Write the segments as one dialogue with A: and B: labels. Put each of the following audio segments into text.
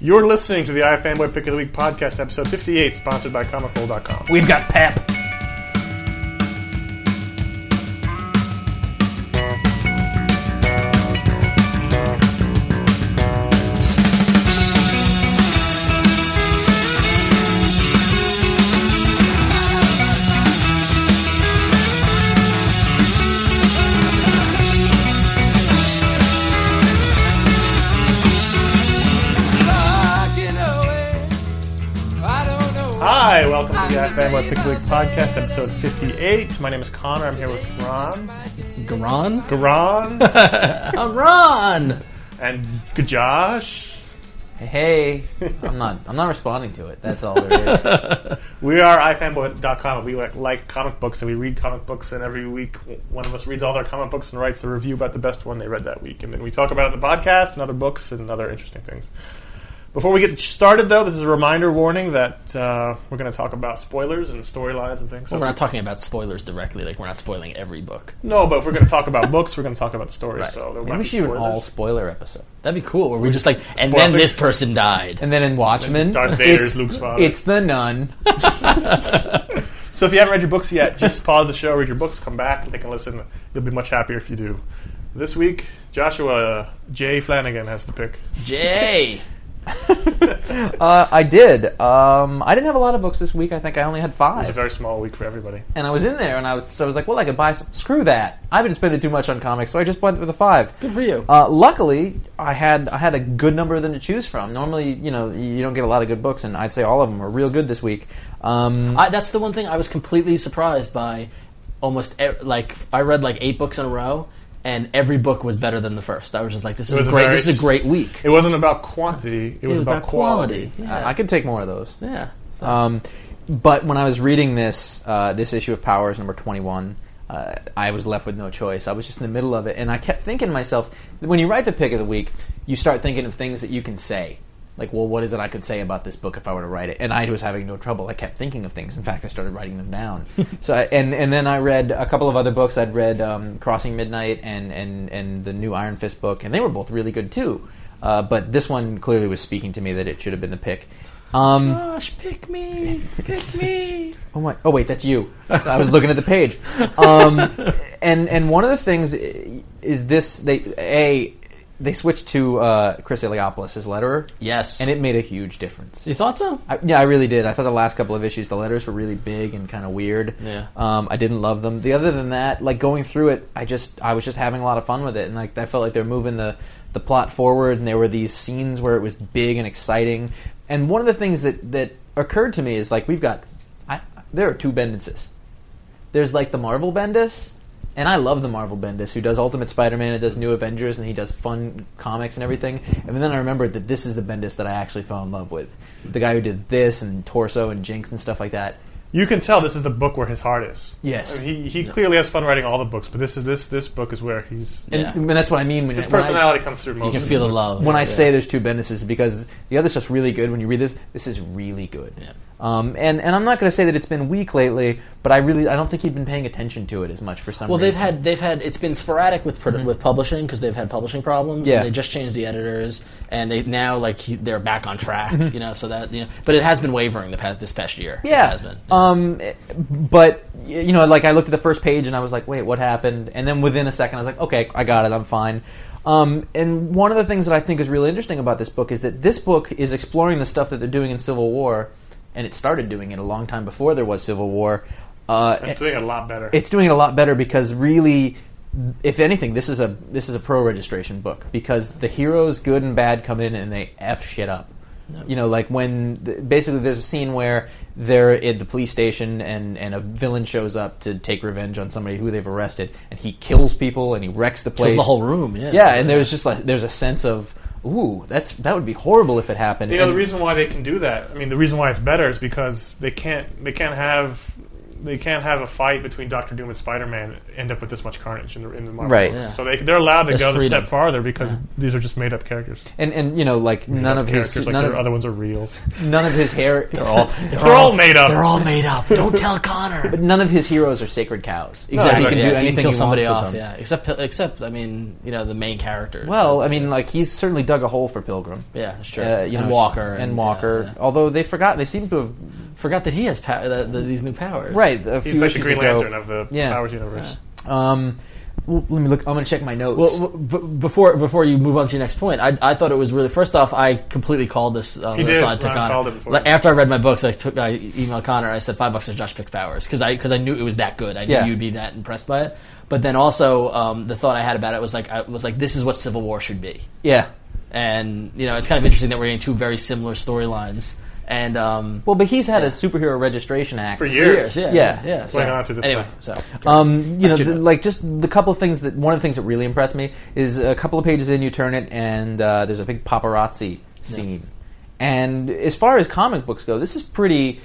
A: You're listening to the iFanboy Pick of the Week podcast, episode 58, sponsored by ComicHole.com.
B: We've got Pep.
C: Rocking away. I don't know.
A: Hi, welcome to the iFanboy Pick of the Week podcast, episode 58. My name is Connor. I'm here with Ron,
B: Garon?
A: Garon,
B: I'm Ron!
A: and Josh.
D: Hey, I'm not. I'm not responding to it. That's all there is.
A: We are ifanboy.com. We like, like comic books and we read comic books, and every week w- one of us reads all their comic books and writes a review about the best one they read that week. And then we talk about it on the podcast and other books and other interesting things. Before we get started, though, this is a reminder warning that uh, we're going to talk about spoilers and storylines and things. So
B: We're not talking about spoilers directly, like we're not spoiling every book.
A: no, but if we're going to talk about books, we're going to talk about the stories. So there
D: Maybe
A: might
D: we
A: be
D: should do an
A: spoilers.
D: all spoiler episode.
B: That'd be cool, where we just like, and then this person died.
D: And then in Watchmen,
A: Darth Vader's
D: it's,
A: Luke's father.
D: it's the nun.
A: So if you haven't read your books yet, just pause the show, read your books, come back, take a listen. You'll be much happier if you do. This week, Joshua J. Flanagan has the pick.
B: Jay!
D: Uh, I did. Um, I didn't have a lot of books this week. I think I only had
A: It's a
D: five.
A: very small week for everybody.
D: And I was in there, and I was so I was like, well, I could buy some. Screw that. I've been spending too much on comics, so I just went with a five.
B: Good for you.
D: Uh, luckily, I had I had a good number of them to choose from. Normally, you know, you don't get a lot of good books, and I'd say all of them were real good this week. Um,
B: I, that's the one thing I was completely surprised by. Almost e- like I read like eight books in a row, and every book was better than the first. I was just like, "This is
A: was
B: a
A: a
B: great.
A: very-
B: This is a great week."
A: It wasn't about quantity, it was, about, quality.
D: I, I could take more of those.
B: Yeah. yeah. So-
D: Um, but when I was reading this uh, this issue of Powers number twenty one, uh, I was left with no choice. I was just in the middle of it, and I kept thinking to myself, when you write the pick of the week, you start thinking of things that you can say. Like, well, what is it I could say about this book if I were to write it? And I was having no trouble. I kept thinking of things. In fact, I started writing them down. so, I, and and then I read a couple of other books. I'd read um, Crossing Midnight and and and the new Iron Fist book, and they were both really good too. Uh, but this one clearly was speaking to me that it should have been the pick. Um,
B: Gosh, pick me, pick me.
D: Oh my! Oh wait, that's you. I was looking at the page. Um, and and one of the things i- is this: they a they switched to uh, Chris Eliopoulos as letterer,
B: Yes.
D: and it made a huge difference.
B: you thought so?
D: I, yeah, I really did. I thought the last couple of issues, the letters were really big and kind of weird.
B: Yeah.
D: Um, I didn't love them. The other than that, like going through it, I just I was just having a lot of fun with it, and like I felt like they're moving the the plot forward, and there were these scenes where it was big and exciting. And one of the things that that occurred to me is like we've got I, there are two Bendises. There's like the Marvel Bendis. And I love the Marvel Bendis, who does Ultimate Spider-Man, and does New Avengers, and he does fun comics and everything. And then I remembered that this is the Bendis that I actually fell in love with, the guy who did this and Torso and Jinx and stuff like that.
A: You can tell this is the book where his heart is.
D: Yes.
A: I mean, he he clearly has fun writing all the books, but this is this this book is where he's
D: And,
B: Yeah.
D: and that's what I mean when
A: his
D: I- when I-
A: personality comes through
B: You
A: most.
B: can
A: of
B: feel
A: it.
B: the love
D: when I
B: Yeah.
D: say there's two Bendises because the other stuff's really good. When you read this, this is really good.
B: Yeah.
D: Um, and and I'm not going to say that it's been weak lately, but I really I don't think he'd been paying attention to it as much for some.
B: Well, they've
D: reason.
B: had they've had it's been sporadic with produ- with publishing because they've had publishing problems.
D: Yeah.
B: and they just changed the editors, and they now like he- they're back on track. You know, so that you know, but it has been wavering the past this past year.
D: Yeah.
B: it has been.
D: Um, but y- you know, like I looked at the first page and I was like, "Wait, what happened?" And then within a second, I was like, "Okay, I got it. I'm fine." Um, and one of the things that I think is really interesting about this book is that this book is exploring the stuff that they're doing in Civil War, and it started doing it a long time before there was Civil War. Uh,
A: He's doing a lot better.
D: it's doing it a lot better because really if anything this is a this is a pro registration book because the heroes good and bad come in and they f shit up you know like when th- basically there's a scene where they're at the police station and and a villain shows up to take revenge on somebody who they've arrested and he kills people and he wrecks the place
B: the whole room, yeah.
D: yeah and there's just like there's a sense of ooh that's that would be horrible if it happened
A: You know
D: And-
A: the reason why they can do that. I mean, the reason why it's better is because they can't. They can't have they can't have a fight between Doctor Doom and Spider Man end up with this much carnage in the in the Marvel.
D: Right.
A: books.
B: Yeah.
A: So they they're allowed to
B: There's
A: go the
B: freedom.
A: step farther because these are just made up characters.
D: and and you know like
A: Made
D: none
A: up
D: of his
A: characters like
D: none
A: their
D: of,
A: other ones are real.
D: none of his hair they're all
A: They're all made up.
B: They're all made up. Don't tell Connor.
D: but none of his heroes are sacred cows.
A: exactly.
D: Exactly, he can
B: Yeah,
D: do
B: you
D: anything
B: kill
D: he
B: somebody
D: wants with
B: off.
D: them.
B: Yeah, except except I mean, you know, the main characters.
D: Well, I mean, like he's certainly dug a hole for Pilgrim.
B: yeah, that's true.
D: Uh, you
B: and
D: know,
B: Walker
D: and, Walker. Although they forgot, they seem to have
B: yeah. Forgot that he has pow- the, the, these new powers.
D: right. A few
A: He's like the
D: issues
A: Green
D: ago.
A: Lantern of the
D: Yeah.
A: Powers universe.
D: Um, well, let me look. I'm gonna check my notes.
B: Well, w- b- before before you move on to your next point, I, I thought it was really. First off, I completely called this. Uh,
A: He
B: this
A: did.
B: on to
A: Ron
B: Connor.
A: called it before.
B: Like, after I read my books, I took I emailed Connor. and I said five bucks to Josh picked powers because I because I knew it was that good. I knew
D: Yeah.
B: you'd be that impressed by it. But then also um, the thought I had about it was like I was like this is what Civil War should be.
D: yeah.
B: And you know it's kind of interesting that we're getting two very similar storylines. And um,
D: Well, but he's had a superhero registration act
A: For years.
B: yeah,
D: Yeah.
B: yeah. yeah, so-
A: Going on through this
B: anyway,
A: one.
B: so
D: Um, you know, the,
B: Actually, that's-
D: like just the couple of things that one of the things that really impressed me is a couple of pages in, you turn it, and uh, there's a big paparazzi scene. And as far as comic books go, this is pretty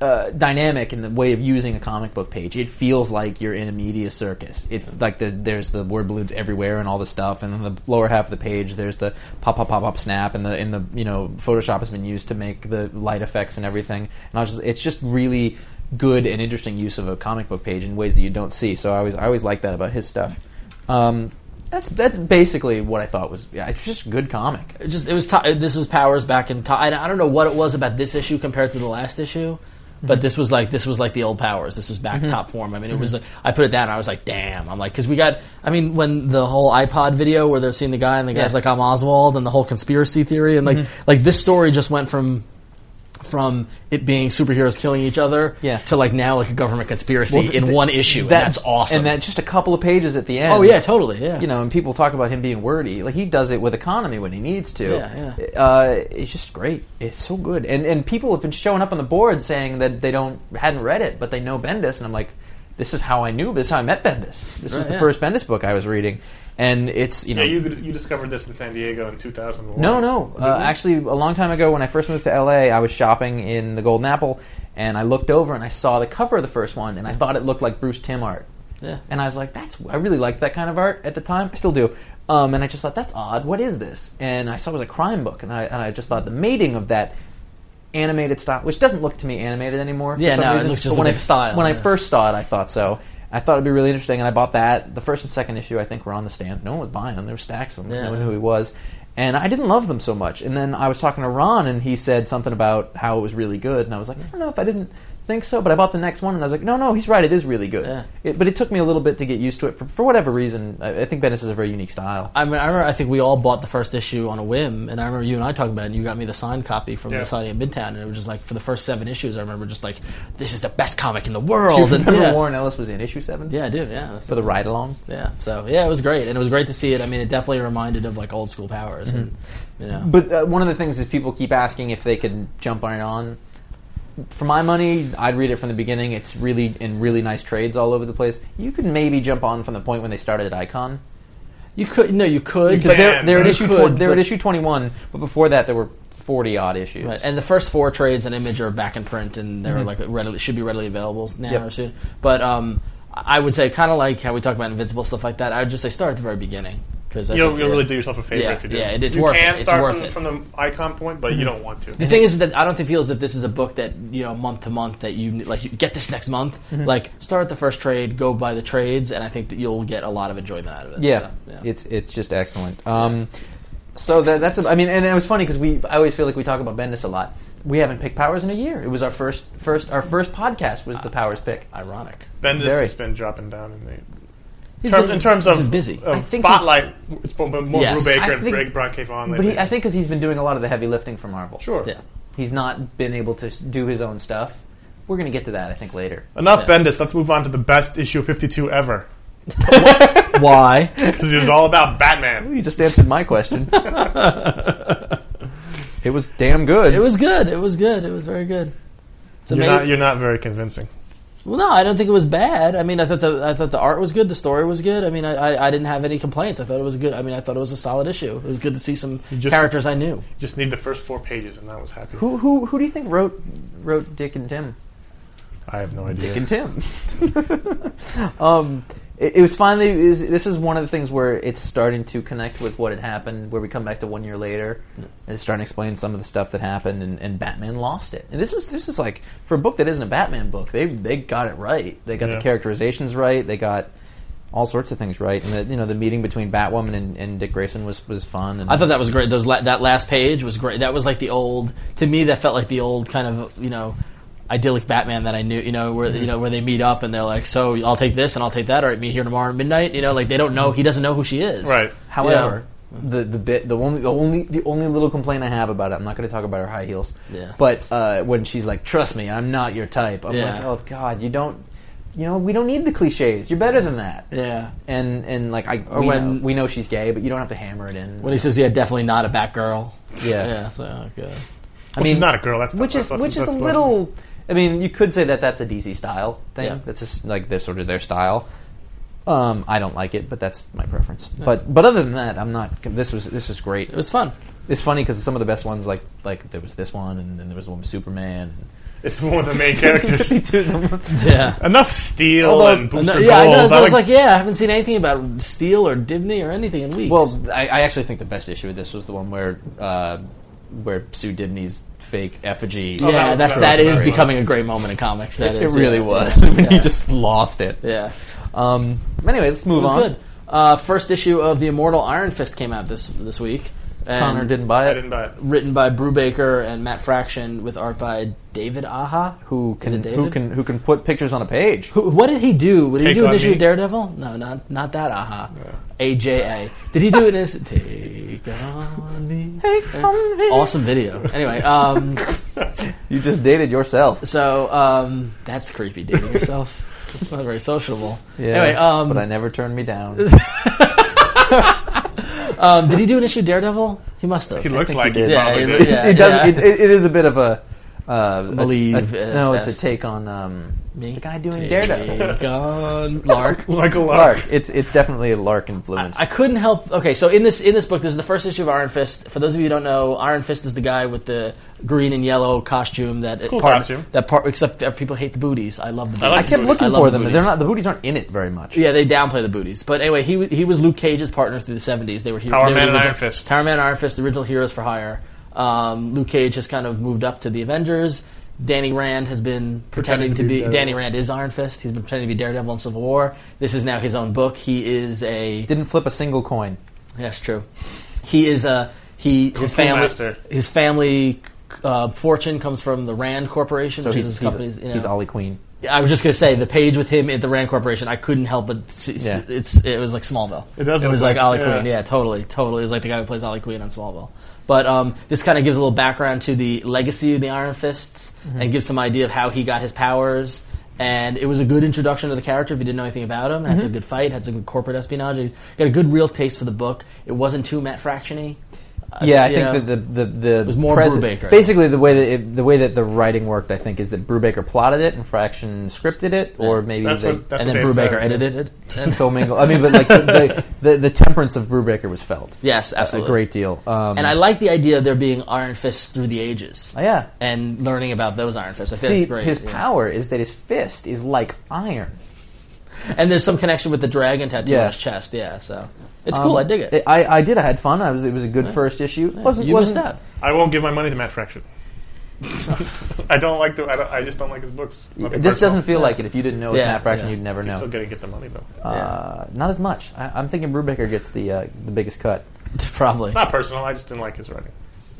D: uh, dynamic in the way of using a comic book page. It feels like you're in a media circus. It like the, there's the word balloons everywhere and all the stuff, and then the lower half of the page there's the pop pop pop pop snap, and the in the you know Photoshop has been used to make the light effects and everything. And I was just, it's just really good and interesting use of a comic book page in ways that you don't see. So I always I always like that about his stuff. Um, that's that's basically what I thought was yeah, it's just a good comic.
B: It just it was ti this was powers back in time. I don't know what it was about this issue compared to the last issue,
D: Mm-hmm.
B: but this was like this was like the old powers. This was back top form. I mean, it was like, I put it down. and I was like, damn. I'm like because we got. I mean, when the whole iPod video where they're seeing the guy and the guy's
D: Yeah. Mm-hmm.
B: like I'm Oswald and the whole conspiracy theory and like like this story just went from. From it being superheroes killing each other
D: Yeah.
B: to like now like a government conspiracy
D: Well,
B: in
D: th-
B: one issue, and that's awesome.
D: And that just a couple of pages at the end.
B: oh yeah, totally, yeah.
D: you know, and people talk about him being wordy. Like he does it with economy when he needs to.
B: Yeah, yeah.
D: Uh, it's just great. It's so good. And and people have been showing up on the board saying that they don't hadn't read it, but they know Bendis, and I'm like, this is how I knew. This is how I met Bendis. This was
B: Right,
D: the
B: yeah.
D: first Bendis book I was reading, and it's you know.
A: Yeah, you you discovered this in San Diego in 2001.
D: no, no.
B: Oh,
D: Uh, actually, a long time ago when I first moved to LA, I was shopping in the Golden Apple, and I looked over and I saw the cover of the first one, and I thought it looked like Bruce Tim art.
B: yeah.
D: And I was like, that's I really liked that kind of art at the time. I still do. Um, and I just thought, that's odd. What is this? And I saw it was a crime book, and I, and I just thought the mating of that animated style, which doesn't look to me animated anymore. for
B: Yeah,
D: some
B: no, it
D: reason.
B: looks
D: But
B: just
D: when
B: a
D: I-
B: different style,
D: When I
B: yeah.
D: first saw it, I thought so. I thought it'd be really interesting, and I bought that. The first and second issue, I think, were on the stand. No one was buying them. There were stacks of them. 'cause
B: Yeah.
D: No one knew who he was. And I didn't love them so much. And then I was talking to Ron, and he said something about how it was really good. And I was like, I don't know if I didn't think so, but I bought the next one, and I was like, no, no, he's right. It is really good.
B: Yeah.
D: It, but it took me a little bit to get used to it for, for whatever reason. I, I think Bendis is a very unique style.
B: I mean, I remember. I think we all bought the first issue on a whim, and I remember you and I talking about it. And you got me the signed copy from
A: Yeah.
B: the signing in Midtown, and it was just like for the first seven issues. I remember just like this is the best comic in the world. and
D: Remember
B: yeah,
D: Warren Ellis was in issue seven
B: yeah, I do. Yeah, that's
D: for the ride along.
B: yeah. So yeah, it was great, and it was great to see it. I mean, it definitely reminded of like old school powers, and
A: Mm-hmm.
B: you know,
D: But uh, one of the things is people keep asking if they could jump right on. For my money, I'd read it from the beginning. It's really in really nice trades all over the place. You could maybe jump on from the point when they started at Icon.
B: you could no, you
A: could
B: could,
D: But
B: but
D: they're, they're at
A: You
D: issue
B: could,
D: tw- they're
B: but-
D: at issue twenty one. But before that, there were forty odd issues.
B: Right, and the first four trades and image are back in print, and
A: Mm-hmm.
B: they're like readily should be readily available now
D: Yep.
B: or soon. But um, I would say kind of like how we talk about Invincible stuff like that. I would just say start at the very beginning because
A: You'll, you'll really do yourself a favor
B: Yeah,
A: if you do.
B: yeah, it- it's
A: you
B: worth
A: can
B: it, it's
A: start
B: worth
A: from,
B: it.
A: from the icon point, but you don't want to.
B: The thing is that I don't think feels that this is a book that you know month to month that you like you get this next month. Like start the first trade, go by the trades, and I think that you'll get a lot of enjoyment out of it.
D: Yeah,
B: So, yeah.
D: it's it's just excellent. Um, so that, that's I mean, and it was funny because we I always feel like we talk about Bendis a lot. We haven't picked Powers in a year. It was our first first our first podcast was the Powers pick.
B: ironic.
A: Bendis
D: Very.
A: has been dropping down in the
B: He's
A: term,
B: been-
A: in terms
B: he's
A: of,
B: been busy.
A: of
D: I think
A: spotlight, it's been more
B: Yes.
A: Brubaker
D: I
A: and
D: think-
A: Greg Brock came on
D: But
A: lately.
D: he, I think because he's been doing a lot of the heavy lifting for Marvel.
A: sure.
B: yeah.
D: he's not been able to s- do his own stuff. We're gonna get to that I think later.
A: Enough
B: Yeah.
A: Bendis. Let's move on to the best issue 52 ever
B: Why?
A: because it was all about Batman.
D: You just answered my question. it was damn good.
B: it was good. It was good. It was very good. It's
A: You're
B: amazing.
A: not, you're not very convincing.
B: well, no, I don't think it was bad. I mean, I thought the I thought the art was good. The story was good. I mean, I, I, I didn't have any complaints. I thought it was good. I mean, I thought it was a solid issue. It was good to see some
A: just-
B: characters I knew.
A: You just need the first four pages, and I was happy.
D: who who who do you think wrote wrote Dick and Tim?
A: I have no idea.
D: and Tim. um, it, it was finally. It was, this is one of the things where it's starting to connect with what had happened. Where we come back to one year later, and it's starting to explain some of the stuff that happened, and, and Batman lost it. And this is this is like for a book that isn't a Batman book, they they got it right. They got
A: Yeah.
D: the characterizations right. They got. All sorts of things, right? And the, you know, the meeting between Batwoman and, and Dick Grayson was, was fun. And
B: I thought that was great. Those la- that last page was great. That was like the old to me. That felt like the old kind of you know idyllic Batman that I knew. You know where you know where they meet up and they're like, so I'll take this and I'll take that. All right, meet here tomorrow at midnight. You know, like they don't know. He doesn't know who she is.
A: Right.
D: However, the the bit the only the only the only little complaint I have about it, I'm not going to talk about her high heels.
B: Yeah.
D: But uh, when she's like, "Trust me, I'm not your type," I'm like,
B: Yeah.
D: "Oh God, you don't." You know, we don't need the cliches. You're better than that.
B: Yeah.
D: And and like I
B: Or
D: we,
B: when-
D: know, we know she's gay, but you don't have to hammer it in.
B: When he says, yeah, definitely not a Batgirl.
D: Yeah.
B: Yeah. So okay.
D: I
A: Well, she's not a girl. That's
D: which
A: that's,
D: is
A: that's-
D: which is a
A: that's- that's-
D: little. I mean, you could say that that's a DC style thing.
B: Yeah.
D: That's just like their sort of their style. Um, I don't like it, but that's my preference. But but other than that, I'm not. This was this was great.
B: It was fun.
D: It's funny because some of the best ones, like like there was this one, and then there was one with Superman.
A: It's the one with the main characters.
B: Yeah.
A: Enough steel
D: Although-
A: and booster
B: No,
A: gold.
B: yeah, I, know, so I was
A: like-
B: like, yeah, I haven't seen anything about Steele or Dibney or anything in weeks.
D: well, I, I actually think the best issue of this was the one where uh, where Sue Dibney's fake effigy.
A: Oh, that
B: yeah,
A: was-
B: that,
A: that
B: that
A: was
B: is
A: great.
B: becoming a great moment in comics. That
D: it
B: is,
D: really
B: yeah.
D: was.
B: Yeah.
D: you just lost it.
B: yeah.
D: Um. Anyway, let's move
B: It was
D: on.
B: good. Uh, first issue of the Immortal Iron Fist came out this this week. And
D: Connor didn't buy
A: I
D: it.
A: didn't buy it.
B: Written by Brubaker and Matt Fraction with art by David Aha.
D: Who
B: Is
D: can
B: it
D: who
B: David?
D: can who can pput pictures on a page?
B: Who, what did he do? Did he
A: Take
B: do an
A: on
B: issue
A: me.
B: of Daredevil? No, not not that. Aha. AJA. Did he do an issue? Take on me. Awesome video. Anyway, um,
D: You just dated yourself.
B: so um, that's creepy dating yourself. It's not very sociable.
D: Yeah.
B: Anyway, um,
D: but I never turned me down.
B: um, did he do an issue of Daredevil? He must have.
A: He looks
D: think
A: like
D: he
A: he
D: did.
A: probably
B: Yeah, he-
A: did.
B: yeah.
D: it does. It, it, it is a bit of a. Uh, a-
B: Believe
D: a-
B: it's
D: no, it's
B: best.
D: a take on um,
B: Me?
D: the guy doing
B: Take
D: Daredevil.
B: on Lark.
A: Michael Lark.
D: Lark. It's it's definitely a Lark influence.
B: I couldn't help. Okay, so in this in this book, this is the first issue of Iron Fist. For those of you who don't know, Iron Fist is the guy with the green and yellow costume that
A: cool
B: part,
A: costume.
B: that part. Except that people hate the booties. I love the. Booties.
A: I like
D: I kept
A: Booties.
D: looking
B: I love
D: for
B: the
D: them. They're
B: booties.
D: not the booties aren't in it very much.
B: Yeah, they downplay the booties. But anyway, he wa- he was Luke Cage's partner through the seventies. They were he-
A: Power
B: they were
A: Man
B: the
A: and
B: original-
A: Iron Fist.
B: Power Man and Iron Fist, the original heroes for hire. Um, Luke Cage has kind of moved up to the Avengers. Danny Rand has been
A: Pretending
B: pretending,
A: to
B: to
A: be
B: be
A: Daredevil.
B: Danny Rand is Iron Fist. He's been pretending to be Daredevil in Civil War. This is now his own book. He is a
D: Didn't flip a single coin.
B: that's true. He is a he. His
A: Fu
B: family.
A: master.
B: His family uh, fortune comes from the Rand Corporation,
D: So
B: which
D: he's
B: is his
D: he's,
B: company's. you know.
D: he's Ollie Queen.
B: I was just gonna say the page with him at the Rand Corporation. I couldn't help but see,
D: Yeah.
B: it's it was like Smallville.
A: It does
B: It
A: look
B: was like,
A: like-
B: Ollie
A: yeah.
B: Queen. Yeah, totally, totally. It was like the guy who plays Ollie Queen on Smallville. But um, this kind of gives a little background to the legacy of the Iron Fists
D: Mm-hmm.
B: and gives some idea of how he got his powers. And it was a good introduction to the character if you didn't know anything about him. Had
D: Mm-hmm.
B: some good fight. Had some good corporate espionage. It Got a good real taste for the book. It wasn't too Matt Fractiony. Uh,
D: Yeah, I
B: you
D: think
B: know.
D: that the the the
B: was more
D: pres-
B: Brubaker.
D: Basically, the way that it, the way that the writing worked, I think, is that Brubaker plotted it and Fraction scripted it, or
B: Yeah.
D: maybe
A: That's
D: they
A: what. That's
B: and
A: what
B: then
A: they
B: Brubaker
A: said.
B: edited it. And-
D: commingle. I mean, but like the, the the temperance of Brubaker was felt.
B: yes,
D: a-
B: absolutely.
D: a great deal. Um,
B: And I like the idea of there being Iron Fists through the ages.
D: yeah.
B: And learning about those Iron Fists. I think
D: See,
B: that's great.
D: his
B: yeah.
D: power is that his fist is like iron.
B: And there's some connection with the dragon tattoo
D: Yeah. Um,
B: on his chest, yeah. So it's cool, I dig it.
D: I, I did. I had fun. I was. It was a good first issue. Wasn't
B: you missed
D: wasn't
B: out.
A: I won't give my money to Matt Fraction. I don't like the. I, don't, I just don't like his books. Nothing
D: This
A: personal.
D: doesn't feel like it. If you didn't know it's
B: Yeah,
D: Matt Fraction,
B: yeah.
D: you'd never
A: You're
D: know.
A: still gonna get the money though.
D: Uh, not as much. I, I'm thinking Brubaker gets the uh, the biggest cut.
B: Probably.
A: Not personal. I just didn't like his writing.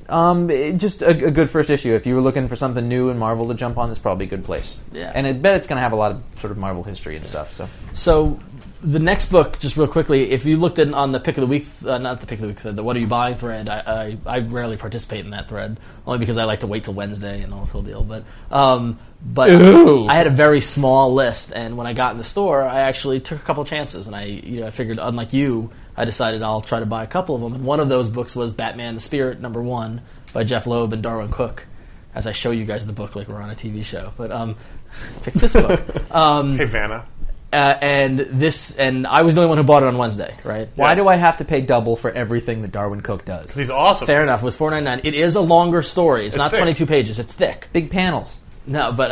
D: Um, it- just a, a good first issue. If you were looking for something new in Marvel to jump on, it's probably a good place.
B: Yeah.
D: and I bet it's going to have a lot of sort of Marvel history and stuff. So
B: So the next book, just real quickly, if you looked at on the pick of the week, uh, not the pick of the week thread, the what are you buying thread, I, I, I rarely participate in that thread only because I like to wait till Wednesday and all the whole deal. But um, but I had a very small list, and when I got in the store, I actually took a couple chances, and I you know I figured unlike you, I decided I'll try to buy a couple of them, and one of those books was Batman: The Spirit number one by Jeff Loeb and Darwin Cook. As I show you guys the book like we're on a TV show, but um, pick this book.
A: Hey Vanna,
B: uh, and this and I was the only one who bought it on Wednesday, right?
D: why do I have to pay double for everything that Darwin Cook does?
A: he's awesome.
B: Fair enough. It was four ninety nine. It is a longer story. It's, not
A: thick.
B: twenty two pages. It's thick.
D: Big panels.
B: No, but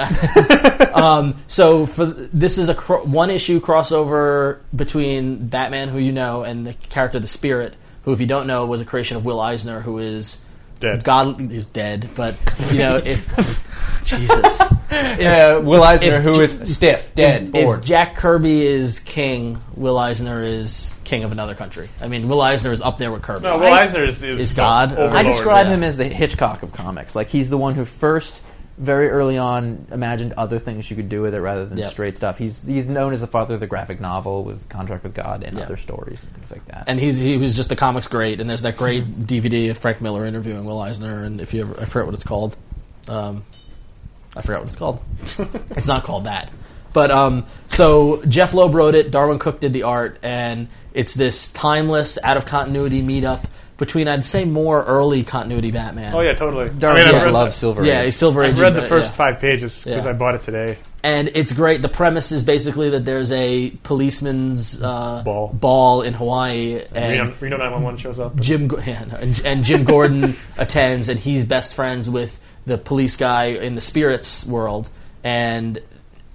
B: um, so for this is a cro- one issue crossover between Batman, who you know, and the character the Spirit, who if you don't know was a creation of Will Eisner, who is
A: Dead.
B: God is dead, but you know if Jesus,
D: Uh, Will Eisner,
B: if
D: who
B: J-
D: is stiff, dead,
B: if,
D: bored.
B: if Jack Kirby is king, Will Eisner is king of another country. I mean, Will Eisner is up there with Kirby.
A: No, Will Eisner is, is,
B: Is God.
A: overlord.
D: I describe
B: yeah.
D: him as the Hitchcock of comics. Like he's the one who first, very early on, imagined other things you could do with it rather than
B: Yep.
D: straight stuff. He's he's known as the father of the graphic novel with Contract with God and
B: Yeah.
D: other stories and things like that.
B: and he's he was just the comics great. And there's that great DVD of Frank Miller interviewing Will Eisner, and if you ever, I forget what it's called, um, I forgot what it's called. it's not called that. But um, so Jeff Loeb wrote it, Darwin Cook did the art, and it's this timeless, out of continuity meetup between I'd say more early continuity Batman.
A: Oh yeah, totally.
D: Darwin
A: I mean,
D: Cook
A: I've read,
D: loves Silver.
B: yeah,
D: Age.
B: he's Silver Age.
A: I've read the
B: but-
A: first
B: yeah.
A: five pages because
B: Yeah.
A: I bought it today.
B: and it's great. The premise is basically that there's a policeman's uh,
A: Ball.
B: in Hawaii, and
A: Reno, Reno 911 shows up.
B: Jim Go- yeah, no, and, and Jim Gordon attends, and he's best friends with the police guy in the spirits world, and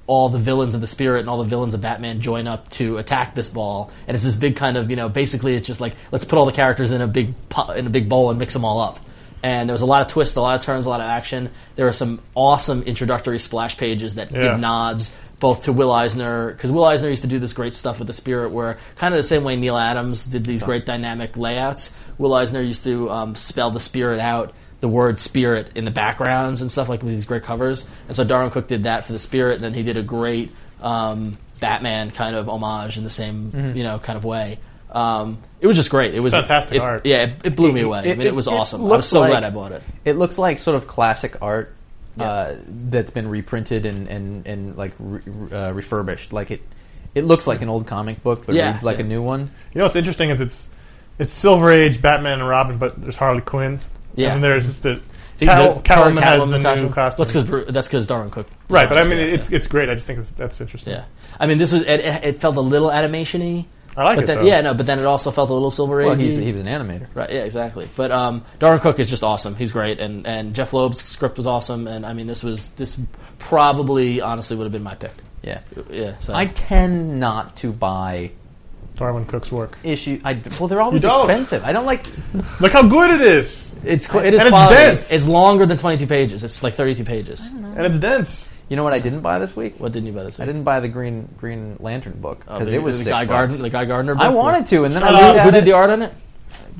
B: all the villains of the spirit and all the villains of Batman join up to attack this ball, and it's this big kind of you know basically it's just like let's put all the characters in a big po- in a big bowl and mix them all up. And there was a lot of twists, a lot of turns, a lot of action. There were some awesome introductory splash pages that
A: Yeah.
B: give nods both to Will Eisner because Will Eisner used to do this great stuff with the Spirit, where kind of the same way Neil Adams did these great dynamic layouts. Will Eisner used to um, spell the Spirit out, the word Spirit in the backgrounds and stuff like with these great covers. And so Darwin Cook did that for the Spirit, and then he did a great um, Batman kind of homage in the same you know kind of way. Um, it was just great. It was
A: Mm-hmm. fantastic
B: it-
A: art.
B: Yeah, it, it blew me away. I
D: it-
B: mean, it was
D: it- it
B: awesome. I
D: looks
B: was so glad
D: like-
B: I bought it.
D: It looks like sort of classic art uh, that's been reprinted and and and like re- re- uh, refurbished. Like it, it looks like an old comic book, but
B: Yeah,
D: reads like
B: yeah.
D: a new one.
A: You know what's interesting is it's it's Silver Age Batman and Robin, but there's Harley Quinn.
B: Yeah.
A: And then there's just the
B: The-
A: Cal,
B: the-
A: Catwoman has
B: Catwoman
A: the new costume.
B: That's because that's because Darwin Cook.
A: right, but I mean
B: Yeah,
A: it's it's great. I just think it's, that's interesting.
B: Yeah, I mean, this was it, it it felt a little animation-y.
A: I like
B: but
A: it,
B: then,
A: though.
B: Yeah, no, but then it also felt a little Silver Age.
D: Well, he's, he was an animator.
B: right? Yeah, exactly. But um, Darren Cook is just awesome. He's great, and and Jeff Loeb's script was awesome. And I mean, this was this probably honestly would have been my pick.
D: Yeah,
B: Yeah, so
D: I tend not to buy
A: Darwin Cook's work.
D: issue. I well, they're always
A: You don't.
D: expensive. I don't like.
A: Look how good it is,
B: it's qu- it is
A: And it's
B: quality.
A: dense.
B: It's longer than twenty two pages. It's like thirty two pages.
A: and it's dense.
D: You know what? I didn't buy this week.
B: What didn't you buy this? Oh,
D: I didn't buy the Green Green Lantern book because it was
B: the
D: six
B: guy
D: bucks.
B: Gardner. The guy Gardner.
D: I
B: book? Oh,
D: wanted to, and then
A: Shut
D: I
A: up.
D: looked
B: Who
D: at
B: did
D: it.
B: the art on it?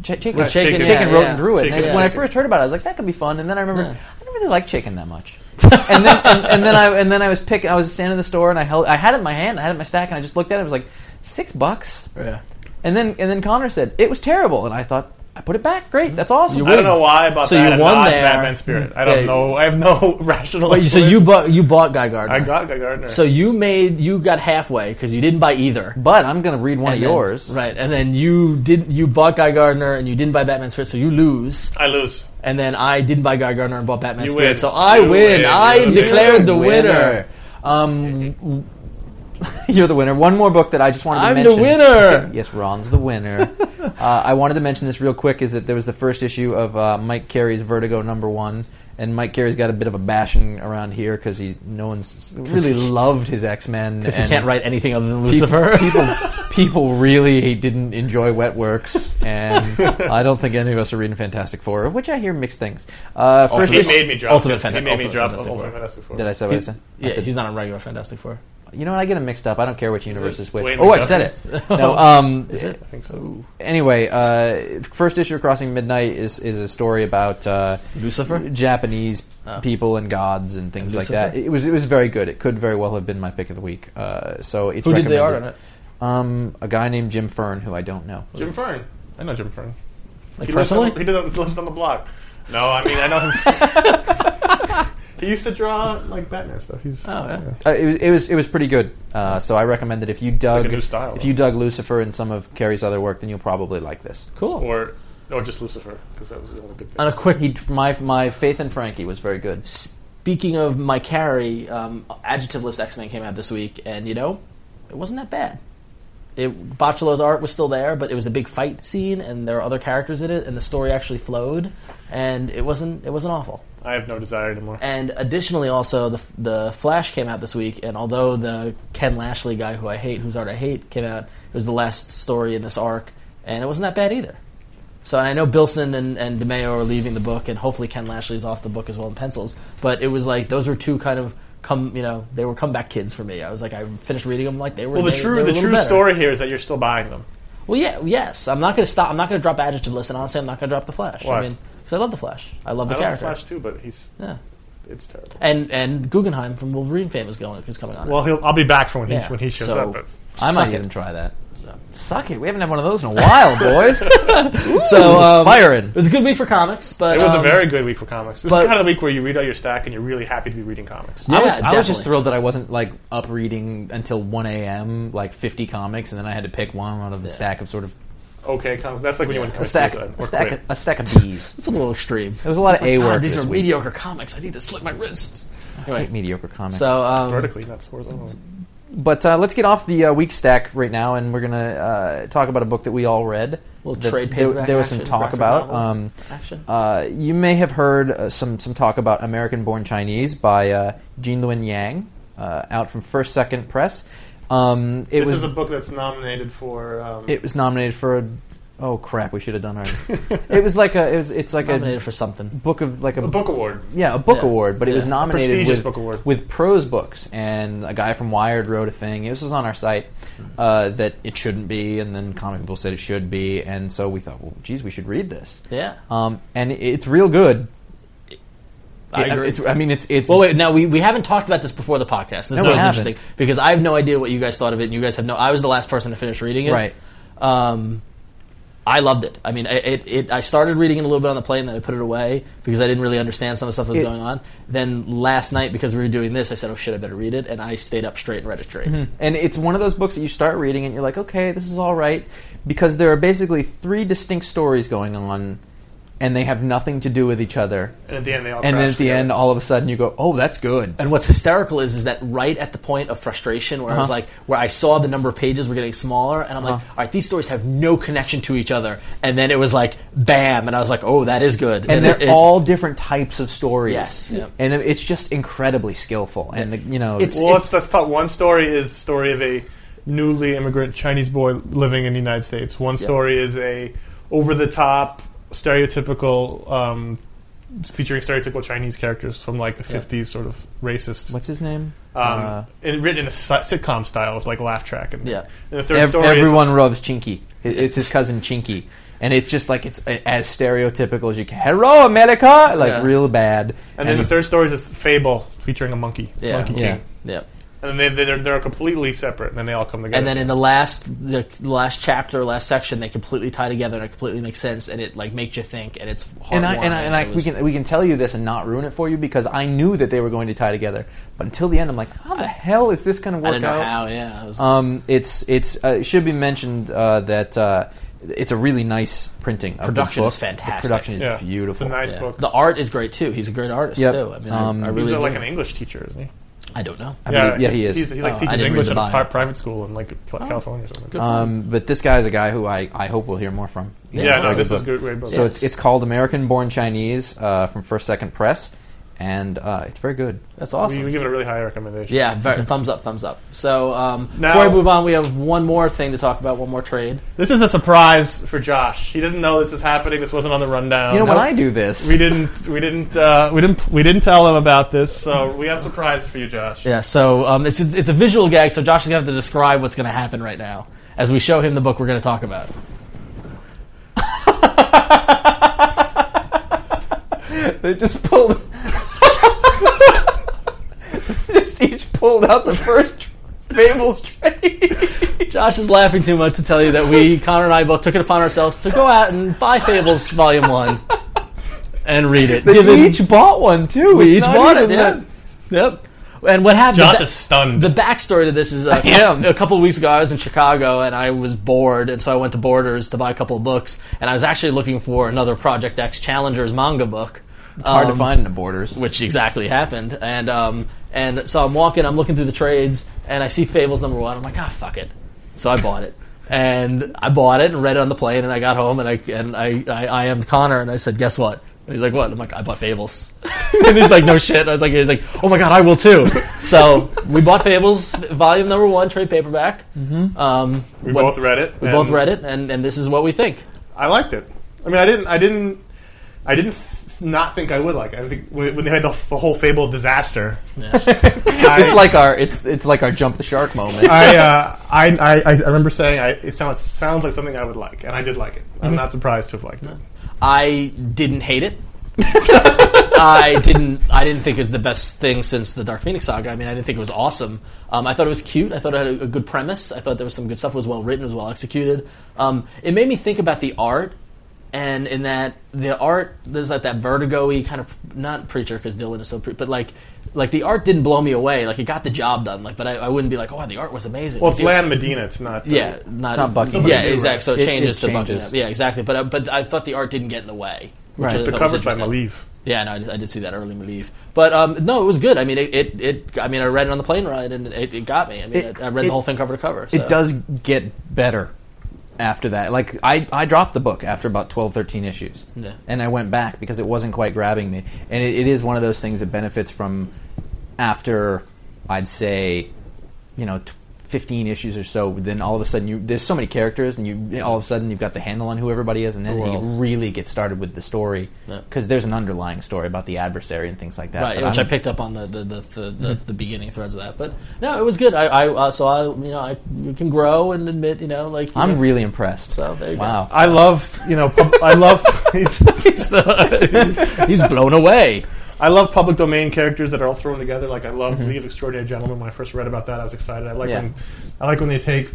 D: Ch- Chaikin,
A: Right,
D: Chaikin,
A: Chaikin,
D: Chaikin
A: yeah,
D: wrote
B: yeah.
D: and drew it. and I-
A: Chaikin,
D: when I
B: yeah.
D: first heard about it, I was like, "That could be fun." And then I remember,
B: Yeah.
D: I don't really like Chaikin that much. and then, and, and then I, and then I was picking. I was standing in the store, and I held, I had it in my hand, I had it in my stack, and I just looked at it. I was like, six bucks.
B: Yeah.
D: And then, and then Connor said it was terrible, and I thought, I put it back. Great, that's awesome.
B: Mm-hmm. You
A: I don't know why about
B: So
A: that.
B: you
A: and
B: won
A: not
B: there.
A: Batman Spirit. I don't
B: Yeah.
A: know. I have no rational.
B: Wait, so Oh, you bought you bought Guy Gardner.
A: I got Guy Gardner.
B: So you made you got halfway because you didn't buy either.
D: but I'm gonna read one
B: And
D: of
B: then-
D: yours.
B: right? And then you didn't you bought Guy Gardner and you didn't buy Batman Spirit, so you lose.
A: I lose.
B: And then I didn't buy Guy Gardner and bought Batman
A: You
B: Spirit,
A: win.
B: so I
A: You
B: win.
A: win.
B: I
A: You're the
B: declared the winner.
D: Um, you're the winner. One more book that I just wanted to
B: I'm
D: mention.
B: the winner.
D: Yes, Ron's the winner. uh, I wanted to mention this real quick. Is that there was the first issue of uh, Mike Carey's Vertigo number one, and Mike Carey's got a bit of a bashing around here because he no one's really loved his X Men
B: Because he can't write anything other than Lucifer.
D: People, people really didn't enjoy Wet Works, and I don't think any of us are reading Fantastic Four, which I hear mixed things. Uh, first
A: He
B: Ultimate-
D: issue-
A: made me drop.
B: Ultimate
A: it.
B: Fanta-
A: He made me
B: Ultimate
A: drop
B: Fantastic
A: Ultimate
B: Four.
A: Fantastic Four.
D: Did I say what I said? I
B: yeah,
D: said-
B: he's not on regular Fantastic Four.
D: You know what? I get them mixed up. I don't care which universe
A: it
D: is which.
A: Dwayne
D: Oh, I
A: McDuffie?
D: said it. No. Um,
A: I think so.
D: anyway, uh, first issue of Crossing Midnight is is a story about uh,
B: Lucifer?
D: Japanese
B: Oh.
D: people and gods and things
B: And
D: like
B: Lucifer?
D: that. It was it was very good. It could very well have been my pick of the week. Uh, so it's
B: Who did the art on
D: recommended.
B: it?
D: Um, a guy named Jim Fern, who I don't know.
A: Jim Fern. I know Jim Fern.
B: Like
A: He lives, on
B: personally,
A: the, he does- lives on the block. No, I mean I know him. he used to draw like Batman stuff. He's
B: Oh, yeah.
D: Uh, it, was- it was it was pretty good. Uh, so I recommend that if you dug
A: like a new style,
D: if
A: though.
D: you dug Lucifer and some of Carey's other work, then you'll probably like this.
B: cool.
A: or or Oh, just Lucifer because that was the only good thing.
B: On a quick
D: He, my my Faith and Frankie was very good.
B: Speaking of my carry, um, Adjectiveless X Men came out this week, and you know, it wasn't that bad. it, Botulo's art was still there, but it was a big fight scene, and there were other characters in it, and the story actually flowed, and it wasn't it wasn't awful.
A: I have no desire anymore.
B: And additionally, also the the Flash came out this week, and although the Ken Lashley guy who I hate, whose art I hate, came out, it was the last story in this arc, and it wasn't that bad either. So and I know Bilson and, and DeMeo are leaving the book, and hopefully Ken Lashley's off the book as well in pencils. But it was like those are two kind of come, you know, they were comeback kids for me. I was like, I finished reading them like they were.
A: well, the
B: they- they
A: true
B: were a
A: the
B: little
A: true
B: better.
A: story here is that you're still buying them.
B: Well, yeah, yes. I'm not going to stop. I'm not going to drop adjective list, and honestly, I'm not going to drop the Flash.
A: Why?
B: I mean, because I love the Flash. I love the
A: I love
B: character.
A: Flash too, but he's
B: Yeah.
A: it's terrible.
B: And and Guggenheim from Wolverine fame is going is coming on. it.
A: Well, he'll, I'll be back for when he
B: Yeah,
A: when he shows
B: so-
A: up. But
D: I
B: Suck
D: might
B: it.
D: even try that.
B: So-
D: Suck it. We haven't had one of those in a while, boys.
B: so um,
D: Firing.
B: It was a good week for comics, but
A: it was a
B: um,
A: very good week for comics. This
B: but-
A: is kind of the week where you read out your stack and you're really happy to be reading comics.
D: I, was, I
B: Yeah,
D: was just
B: definitely.
D: thrilled that I wasn't like up reading until 1 a.m. like 50 comics, and then I had to pick one out of the stack of sort of
A: Okay, comics. That's like when you want to
D: a
A: commit
D: stack,
A: suicide
D: a
A: or
D: stack,
A: quit.
D: a stack of bees.
B: It's a little extreme.
D: There was a lot of a
B: God,
D: work.
B: these
D: this
B: are
D: week.
B: mediocre comics. I need to slit my wrists.
D: I hate mediocre comics.
B: So um,
A: Vertically, not oh. horizontally.
D: but uh, let's get off the uh, week stack right now, and we're gonna uh, talk about a book that we all read.
B: Little
D: that
B: trade
D: there,
B: paperback
D: there was some
B: action,
D: talk
B: graphic
D: about.
B: novel
D: Um,
B: action.
D: uh, you may have heard uh, some some talk about American Born Chinese by uh, Jean Luen Yang, uh, out from First Second Press. Um, it
A: This
D: was
A: is a book that's nominated for. Um,
D: it was nominated for a. Oh crap! We should have done our. it was like a. It was. It's like
B: nominated
D: a
B: for something.
D: book of like a,
A: a book award.
D: Yeah, a book
B: Yeah.
D: award, but it was
B: Yeah.
D: nominated
A: Prestigious
D: with,
A: book award.
D: with prose books. And a guy from Wired wrote a thing. This was on our site
B: Hmm.
D: uh, that it shouldn't be, and then comic people said it should be, and so we thought, well, geez, we should read this.
B: Yeah,
D: Um, and it- it's real good.
B: I
D: It-
B: agree.
D: It's, I mean, it's it's
B: Well, wait. Now we, we haven't talked about this before the podcast. This is
D: we
B: always
D: haven't.
B: interesting because I have no idea what you guys thought of it, and you guys have no. I was the last person to finish reading it.
D: Right.
B: Um, I loved it. I mean, it, it, it. I started reading it a little bit on the plane, then I put it away because I didn't really understand some of the stuff that was
D: It-
B: going on. Then last night, because we were doing this, I said, "Oh shit, I better read it," and I stayed up straight and read it straight.
D: And it's one of those books that you start reading and you're like, okay, this is all right, because there are basically three distinct stories going on, and they have nothing to do with each other.
A: And at the end, they all.
D: And then
A: crash
D: at the
A: together.
D: end, all of a sudden, you go, oh, that's good.
B: Oh, And what's hysterical is is that right at the point of frustration where I was
D: Uh-huh.
B: like where I saw the number of pages were getting smaller and I'm like, all right, these stories have no connection to each other. And then it was like bam and I was like, Oh, that is good.
D: and they're
B: it-
D: all different tyes of stories.
B: Yes, yeah.
D: and it- it's just incredibly skillful. And the, you know,
B: It's-
A: Well, let's, let's talk. One story is the story of a newly immigrant Chinese boy living in the United States. One story is a over the top, stereotypical, um, featuring stereotypical Chinese characters from like the 50s, sort of racist.
D: what's his name?
A: um,
D: Uh,
A: and written in a si- sitcom style with like laugh track. And,
B: Yeah.
A: and the third
D: ev-
A: story is
D: everyone loves Chinky. It- It's his cousin Chinky, and it's just like it's a- as stereotypical as you can. Hello, America! Like
B: Yeah.
D: real bad.
A: And then the third story is Fable featuring a monkey.
B: Yeah.
A: Monkey
D: Yeah.
A: King.
B: yeah.
A: And then they, they're, they're completely separate, and then they all come together.
B: And then in the last the last chapter, last section, they completely tie together and it completely makes sense and it like makes you think and it's hard.
D: and I, and, I, and I, we can we can tell you this and not ruin it for you because I knew that they were going to tie together, but until the end, I'm like, how the hell is this going to work
B: I didn't know
D: out?
B: how, yeah. I was,
D: Um, it's it's uh, it should be mentioned uh, that uh, it's a really nice printing. Of
B: Production
D: the book.
B: is fantastic.
D: The production is
A: yeah.
D: beautiful.
A: It's a nice
B: yeah.
A: book.
B: The art is great too. He's a great artist
D: Yep.
B: too. I mean,
D: Um,
B: I, I
A: He's
B: really
A: uh, like
B: do.
A: an English teacher, isn't he?
B: I don't know.
D: I believe- yeah, he is.
A: He's, he like
B: Oh, I
A: teaches
B: didn't read
A: English
B: the
A: at a
B: bio.
A: pri- private school in like Cal- California or something.
D: Um, but this guy's a guy who I, I hope we'll hear more from.
A: yeah,
B: Yeah,
A: no,
B: it's
A: this
D: a
A: is good. Great book.
D: So
B: Yeah.
D: it's it's called American Born Chinese uh, from First Second Press, and uh, it's very good.
B: That's
A: we,
B: awesome.
A: we give it a really high recommendation.
B: Yeah, ver thumbs up, thumbs up. So um,
A: Now-
B: before we move on, we have one more thing to talk about, one more trade.
A: This is a surprise for Josh. He doesn't know this is happening. This wasn't on the rundown.
D: You know, when
A: Nope.
D: I do this,
A: we didn't, we didn't, uh, we didn't, we didn't tell him about this. So we have a surprise for you, Josh.
B: Yeah, so um, it's, it's a visual gag, so Josh is going to have to describe what's going to happen right now as we show him the book we're going to talk about.
D: they just pulled, just each pulled out the first Fables trade.
B: Josh is laughing too much to tell you that we, Connor and I, both took it upon ourselves to go out and buy Fables Volume 1 and read it.
D: They
B: Given-
D: each bought one too.
B: we
D: It's
B: each
D: not
B: bought it,
D: even
B: yeah.
D: that-
B: Yep. And what happened?
A: Josh
B: the-
A: is
D: Um,
A: stunned.
B: The backstory to this is uh,
D: am.
B: a couple of weeks ago, I was in Chicago and I was bored, and so I went to Borders to buy a couple of books, and I was actually looking for another Project X Challengers manga book.
D: Hard to
B: um,
D: find in the borders.
B: Which exactly happened, and um, and so I'm walking, I'm looking through the trades, and I see Fables number one. I'm like, ah, fuck it. So I bought it. And I bought it and read it on the plane, and I got home and I and I I, I am Connor and I said, guess what? And he's like, what? I'm like, I bought Fables. and he's like, no shit. I was like, he's like, oh my god, I will too. So we bought Fables, volume number one, trade paperback. Mm-hmm. Um,
A: We both read it.
B: We both read it, and and this is what we think.
A: I liked it. I mean, I didn't, I didn't, I didn't f- not think I would like it. I think when when they had the, f- the whole Fable disaster, I,
D: It's like our it's it's like our jump the shark moment.
A: I, uh, I, I, I remember saying I, it sounds sounds like something I would like, and I did like it.
D: Mm-hmm.
A: I'm not surprised to have liked it.
B: I didn't hate it. I didn't. I didn't think it was the best thing since the Dark Phoenix saga. I mean, I didn't think it was awesome. Um, I thought it was cute. I thought it had a, a good premise. I thought there was some good stuff. It was well written. It was well executed. Um, it made me think about the art, and in that the art there's like that vertigo-y kind of not preacher because Dylan is so pre- but like like the art didn't blow me away. Like it got the job done. Like, but I, I wouldn't be like, oh, the art was amazing.
A: Well, it's
B: Like, it-
A: Land Medina. It's not. the-
B: yeah, not,
D: not Buckingham.
B: Yeah,
D: Somebody do,
B: exactly.
D: right?
B: So it,
D: It-
B: changes
D: it
B: to
D: changes.
B: Buckingham. Yeah, exactly. But I, but I thought the art didn't get in the way. which
D: Right.
B: I
D: The
A: the
B: thought was
A: cover's by
B: interesting.
A: Maliv.
B: Yeah, no, I, just, I did see that early Maliv. But um, no, it was good. I mean, it, it, it. I mean, I read it on the plane ride, and it, it got me. I mean,
D: It-
B: I, I read
D: it-
B: the whole thing cover to cover. so.
D: It does get better after that. Like I, I dropped the book after about 12, 13 issues,
B: Yeah.
D: and I went back because it wasn't quite grabbing me. And it, it is one of those things that benefits from after I'd say, you know. T- 15 issues or so then all of a sudden you there's so many characters and you all of a sudden you've got the handle on who everybody is and then you
B: world.
D: really get started with the story
B: Yeah.
D: because there's an underlying story about the adversary and things like that
B: Right,
D: But
B: which i
D: I'm-
B: picked up on the the, the, the, the
D: Mm-hmm.
B: the beginning threads of that, but no, it was good. I, I uh, so I you know I you can grow and admit you know like you
D: I'm
B: know,
D: really impressed
B: So, there you go.
D: wow
A: I love you know. Pub- I love.
B: he's blown away.
A: I love public domain characters that are all thrown together. Like I love League of Extraordinary Gentlemen. When I first read about that, I was excited. I like
D: Mm-hmm. Yeah.
A: when I like when they take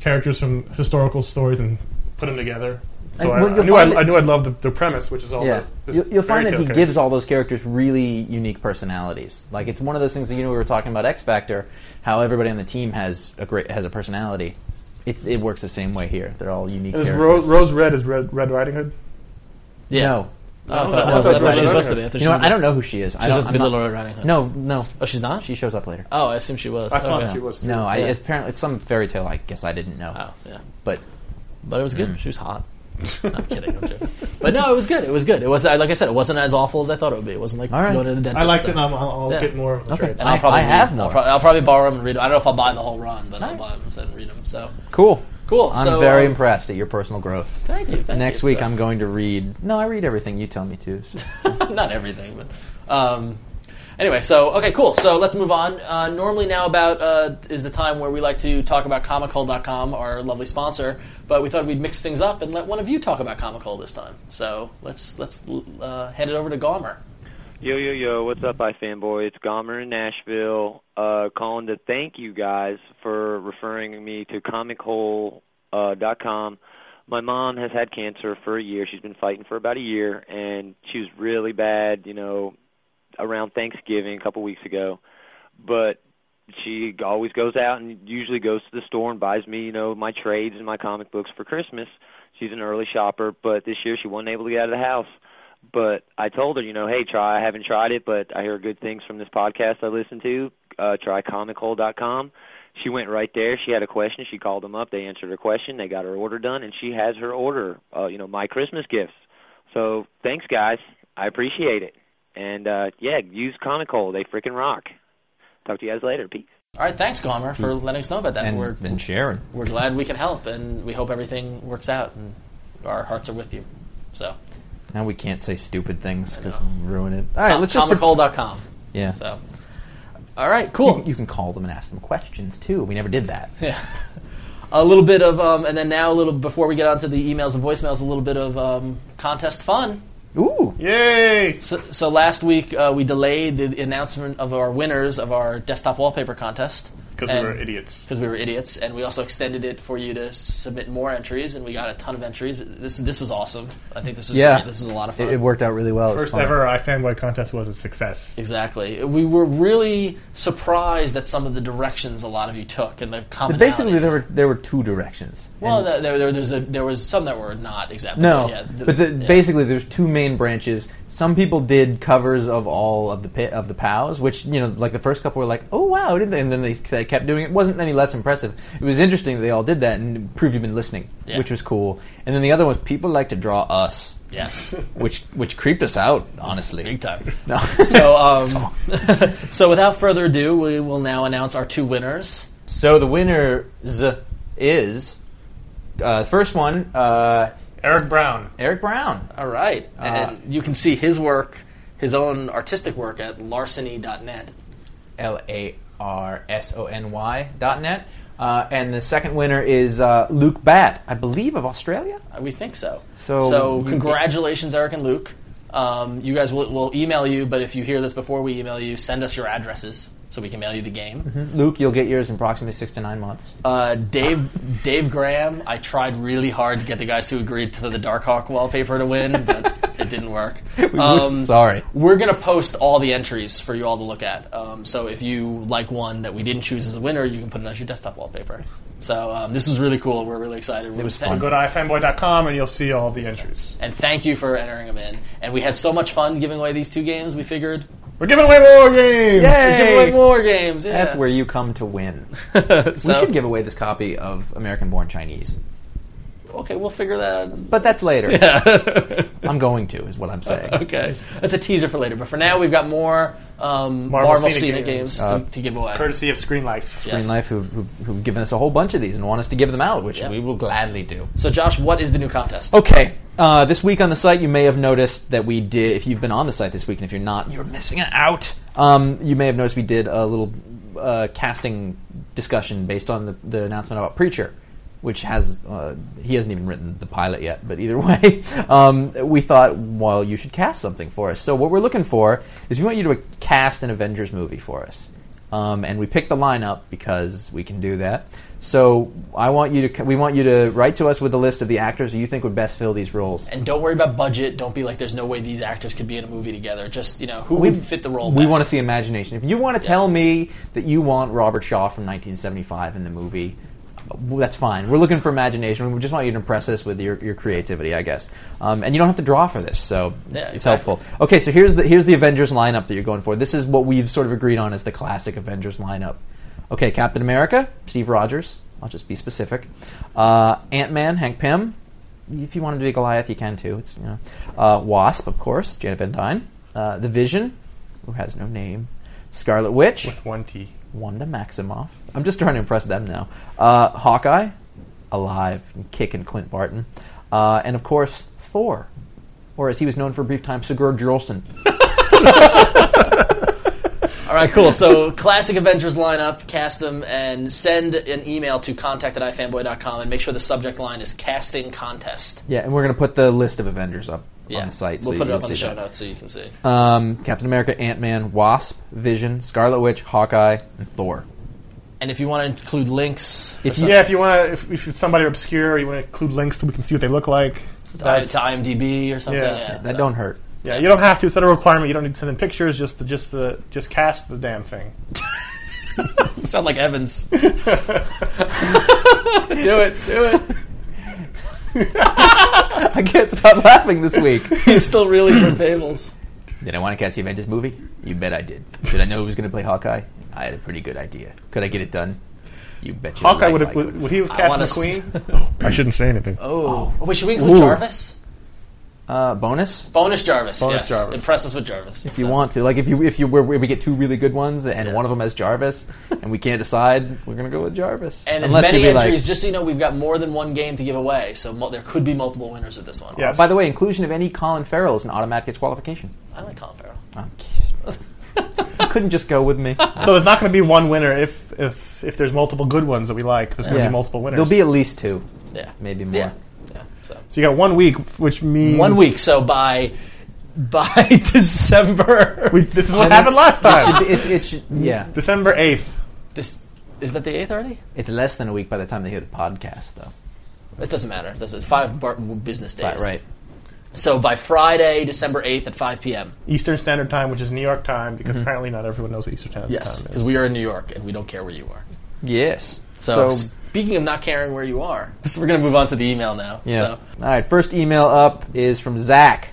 A: characters from historical stories and put them together. So
D: And
A: I,
D: well,
A: I
D: you'll
A: knew I,
D: find
A: I
D: it-
A: knew I'd love the, the premise, which is all.
D: Yeah,
A: the,
D: you'll, you'll find that he
A: gives
D: gives all those characters really unique personalities. Like it's one of those things that you know we were talking about X Factor, how everybody on the team has a great has a personality. It's, it works the same way here. They're all unique.
A: And is
D: characters.
A: Rose, Rose Red is Red, Red Riding Hood.
B: Yeah,
D: No,
B: Oh, I
A: No,
B: thought,
A: I
B: I
A: thought
B: thought
A: that's
B: she was
A: right.
B: supposed to be. I thought
D: you
B: she
D: know
B: was
D: what? I don't know who she is. I don't,
B: She's supposed to
D: I'm
B: be
D: not-
B: Little Red Riding Hood.
D: No, no,
B: oh, she's not.
D: she shows up later.
B: Oh, I assume she was.
A: I thought
B: Okay.
A: she was.
D: No, I,
B: Yeah.
D: apparently it's some fairy tale. I guess I didn't know,
B: Oh, yeah.
D: but
B: But it was
D: Mm.
B: good. She was hot. No, I'm kidding. I'm joking. But no, it was good. It was good. It was I- like I said, it wasn't as awful as I thought it would be. It wasn't like
D: All right.
B: going to the dentist.
A: I liked it.
B: so-
A: and I'll, I'll I'll
B: Yeah.
A: get more of the
D: Okay.
A: trades.
B: And I'll
D: I-
B: probably
D: I have
B: read- I'll,
D: more.
B: pro- I'll probably borrow them and read them. I don't know if I'll buy the whole run, but I'll buy them and read them. So
D: cool.
B: cool.
D: I'm
B: so,
D: very
B: um,
D: impressed at your personal growth.
B: Thank you. thank
D: Next
B: you.
D: week,
B: So-
D: I'm going to read. No, I read everything you tell me to. so-
B: not everything, but um, anyway. So okay, cool. So let's move on. Uh, normally now about uh, is the time where we like to talk about comichole.com, our lovely sponsor. But we thought we'd mix things up and let one of you talk about comichole this time. So let's let's uh, head it over to Gomer.
E: Yo, yo, yo, what's up, iFanboy? It's Gomer in Nashville uh, calling to thank you guys for referring me to comichole.com. Uh, dot com. My mom has had cancer for a year. She's been fighting for about a year, and she was really bad, you know, around Thanksgiving a couple weeks ago. But she always goes out and usually goes to the store and buys me, you know, my trades and my comic books for Christmas. She's an early shopper, but this year she wasn't able to get out of the house. But I told her, you know, hey, try. I haven't tried it, but I hear good things from this podcast I listen to. Uh, try comichole.com. She went right there. She had a question. She called them up. They answered her question. They got her order done, and she has her order. Uh, you know, my Christmas gifts. So thanks, guys. I appreciate it. And uh, yeah, use Comichole. They freaking rock. Talk to you guys later. Peace.
B: All right, thanks, Gomer, for letting us know about that.
D: Mm. And,
B: we're
D: and Sharon.
B: we're glad we can help, and we hope everything works out, and our hearts are with you. So
D: Now we can't say stupid things because
B: know.
D: we'll ruin it. All right, let's just. pre-
B: comichole.com.
D: yeah.
B: So all right,
D: So
B: cool.
D: You, you can call them and ask them questions too. We never did that.
B: Yeah. A little bit of, um, and then now a little before we get onto the emails and voicemails, a little bit of um, contest fun.
D: Ooh.
A: Yay!
B: So, so last week uh, we delayed the announcement of our winners of our desktop wallpaper contest
A: Because we were idiots.
B: because we were idiots, and we also extended it for you to submit more entries, and we got a ton of entries. This this was awesome. I think this is
D: Yeah.
B: great. this is a lot of fun.
D: It, it worked out really well. It was
A: First
D: fun.
A: ever iFanboy contest was a success.
B: Exactly. We were really surprised at some of the directions a lot of you took and the
D: But
B: commonality.
D: basically, there were there were two directions.
B: well,
D: And-
B: there, there, there, was a, there was some that were not exactly.
D: no,
B: yeah, the-
D: but the,
B: yeah.
D: basically, there's two main branches. some people did covers of all of the pit, of the pows, which you know, like the first couple were like, "Oh wow," did they? and then they, they kept doing it. it. wasn't any less impressive. It was interesting that they all did that and it proved you've been listening,
F: Yeah.
D: which was cool. And then the other was people like to draw us,
F: Yes.
D: which which creeped us out honestly.
F: Big time.
D: No.
F: So, um, so without further ado, we will now announce our two winners.
D: so the winners is uh, the first one, uh,
A: Eric Brown.
D: Eric Brown.
F: All right,
D: Uh,
F: and you can see his work, his own artistic work at larceny.net.
D: L A R S O N Y dot net. Uh, and the second winner is uh, Luke Batt, I believe, of Australia.
F: Uh, We think so.
D: So-
F: so congratulations, Eric and Luke. Um, you guys will will email you, but if you hear this before we email you, send us your addresses so we can mail you the game.
D: Luke, you'll get yours in approximately six to nine months.
F: Uh, Dave Dave Graham, I tried really hard to get the guys who agreed to the Dark Hawk wallpaper to win, but it didn't work. Um,
D: Sorry.
F: We're going to post all the entries for you all to look at. Um, so if you like one that we didn't choose as a winner, you can put it as your desktop wallpaper. So um, this was really cool. We're really excited. It
D: was fun.
A: Go to ifanboy.com and you'll see all the entries.
F: And thank you for entering them in. And we had so much fun giving away these two games. We figured
A: We're giving away more games.
F: let's give away more games. Yeah.
D: That's where you come to win. we
F: So-
D: should give away this copy of American Born Chinese.
F: Okay, we'll figure that.
D: But that's later.
F: out.
D: I'm going to, is what I'm saying.
F: Okay, that's a teaser for later. But for now, we've got more um, Marvel,
A: Marvel
F: Scenic,
A: Scenic
F: games,
A: games.
F: to, to give away.
A: Courtesy of Screen Life.
F: Yes.
D: Uh, Green Life, who, who, who've given us a whole bunch of these and want us to give them out, which
F: Yeah.
D: we will gladly do.
F: So, Josh, what is the new contest?
D: Okay. Uh, this week on the site, you may have noticed that we did. If you've been on the site this week, and if you're not, you're missing out. Um, you may have noticed we did a little uh, casting discussion based on the, the announcement about Preacher, which has uh, he hasn't even written the pilot yet. But either way, um, we thought, well, you should cast something for us. So what we're looking for is we want you to cast an Avengers movie for us. Um, and we pick the lineup because we can do that. So I want you to we want you to write to us with a list of the actors who you think would best fill these roles.
F: And don't worry about budget. Don't be like, there's no way these actors could be in a movie together. Just you know, who would fit the role?
D: We
F: best?
D: want to see imagination. If you want to tell me that you want Robert Shaw from 1975 in the movie, uh, well, that's fine. We're looking for imagination. We just want you to impress us with your, your creativity, I guess. Um, and you don't have to draw for this, so it's,
F: Yeah,
D: it's
F: exactly.
D: helpful. Okay, so here's the here's the Avengers lineup that you're going for. This is what we've sort of agreed on as the classic Avengers lineup. Okay, Captain America, Steve Rogers. I'll just be specific. Uh, Ant Man, Hank Pym. If you want him to be Goliath, you can too. It's you know, uh, Wasp, of course, Janet Van Dyne. Uh, the Vision, who has no name. Scarlet Witch,
A: With one T.
D: Wanda Maximoff. I'm just trying to impress them now. Uh, Hawkeye, alive, and kicking Clint Barton, uh, and of course Thor, or as he was known for a brief time, Sigurd Jolson.
F: All right, cool. So, classic Avengers lineup. Cast them and send an email to contact at ifanboy.com and make sure the subject line is casting contest.
D: Yeah, and we're gonna put the list of Avengers up on the site.
F: We'll
D: so
F: put
D: you can
F: it up on the
D: see
F: show
D: that.
F: notes so you can see.
D: Um, Captain America, Ant Man, Wasp, Vision, Scarlet Witch, Hawkeye, and Thor.
F: and if you want to include links,
D: If
F: or
D: you-
A: Yeah, if you want to, if, if it's somebody obscure, you want to include links so we can see what they look like.
F: something,
A: That's-
F: to IMDb or something,
A: Yeah.
F: yeah,
D: That
F: so.
D: don't hurt.
A: yeah, you don't have to. It's not a requirement. You don't need to send in pictures. Just the, just the, just cast the damn thing.
F: You sound like Evans. do it, do it.
D: I can't stop laughing this week.
F: He's still really good tables.
D: Did I want to cast the Avengers movie? You bet I did. Did I know who was going to play Hawkeye? I had a pretty good idea. Could I get it done? You bet. your
A: Hawkeye
D: life
A: would
D: I
A: have,
D: could.
A: would, would he have
F: I
A: cast
F: wanna
A: McQueen? I shouldn't say anything.
F: Oh. wait, should we include
D: Ooh.
F: Jarvis?
D: Uh, bonus,
F: Bonus Jarvis.
D: Bonus
F: yes.
D: Jarvis.
F: Impress us with Jarvis.
D: if you want to. Like if you if you where we get two really good ones and one of them has Jarvis, and we can't decide, we're going to go with Jarvis.
F: And as
D: Unless
F: many
D: you'd be
F: entries,
D: like-
F: just so you know, we've got more than one game to give away, so mo- there could be multiple winners of this one.
A: Yes.
D: by the way, inclusion of any Colin Farrell is an automatic disqualification.
F: I like Colin Farrell.
D: You couldn't just go with me.
A: So there's not going to be one winner if if if there's multiple good ones that we like. There's going to
D: Yeah.
A: be multiple winners.
D: There'll be at least two,
F: Yeah.
D: maybe more.
F: Yeah. yeah. So.
A: so you got one week, which means
F: One week, so by by December.
A: We, this is
D: I
A: what
D: know.
A: happened last time.
D: It, it, it should, yeah,
A: December eighth.
F: this is that the eighth already?
D: it's less than a week by the time they hear the podcast, though.
F: It doesn't matter. This is five bar- business days.
D: Right, right.
F: So by Friday, December 8th at 5 p.m.
A: Eastern Standard Time, which is New York time, because apparently not everyone knows what Eastern Standard
F: Yes,
A: Time
F: because
A: is.
F: Um, we are in New York and we don't care where you are.
D: Yes.
F: So, speaking of not caring where you are, so we're going to move on to the email now.
D: Yeah.
F: So,
D: All right. First email up is from Zach.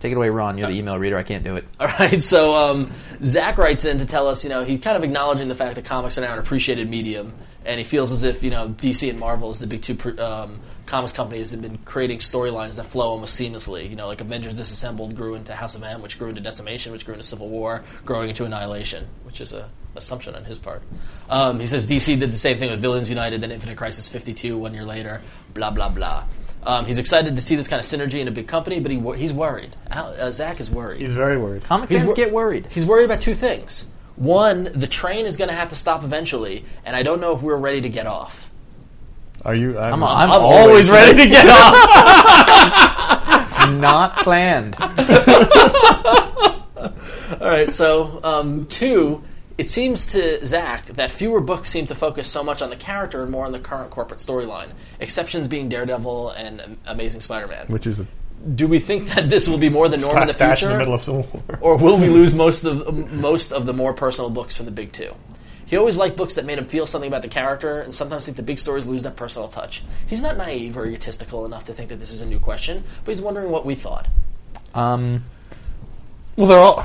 D: Take it away, Ron. You're the email reader. I can't do it.
F: All right, so um, Zach writes in to tell us, you know, he's kind of acknowledging the fact that comics are now an appreciated medium, and he feels as if, you know, DC and Marvel is the big two pr- um, comics companies that have been creating storylines that flow almost seamlessly. You know, like Avengers Disassembled grew into House of M, which grew into Decimation, which grew into Civil War, growing into Annihilation, which is a assumption on his part. Um, he says DC did the same thing with Villains United, then Infinite Crisis 52 one year later, blah, blah, blah. Um, he's excited to see this kind of synergy in a big company, but he, wor- he's worried. Al- uh, Zach is worried.
A: He's very worried.
D: Comic
F: He's
D: fans
F: wor-
D: get worried.
F: He's worried about two things. One, the train is going to have to stop eventually, and I don't know if we're ready to get off.
A: Are you? I'm,
D: I'm
F: I'm
D: always
F: always ready to get off.
D: Not planned.
F: All right. So, um, two, it seems to Zach that fewer books seem to focus so much on the character and more on the current corporate storyline. Exceptions being Daredevil and um, Amazing Spider-Man.
A: Which is a
F: Do we think that this will be more the norm in the
A: flash in the
F: future?
A: middle of Civil War.
F: or will we lose most of um, most of the more personal books from the big two? He always liked books that made him feel something about the character, and sometimes think the big stories lose that personal touch. He's not naive or egotistical enough to think that this is a new question, but he's wondering what we thought.
D: Um,
A: well, they're all.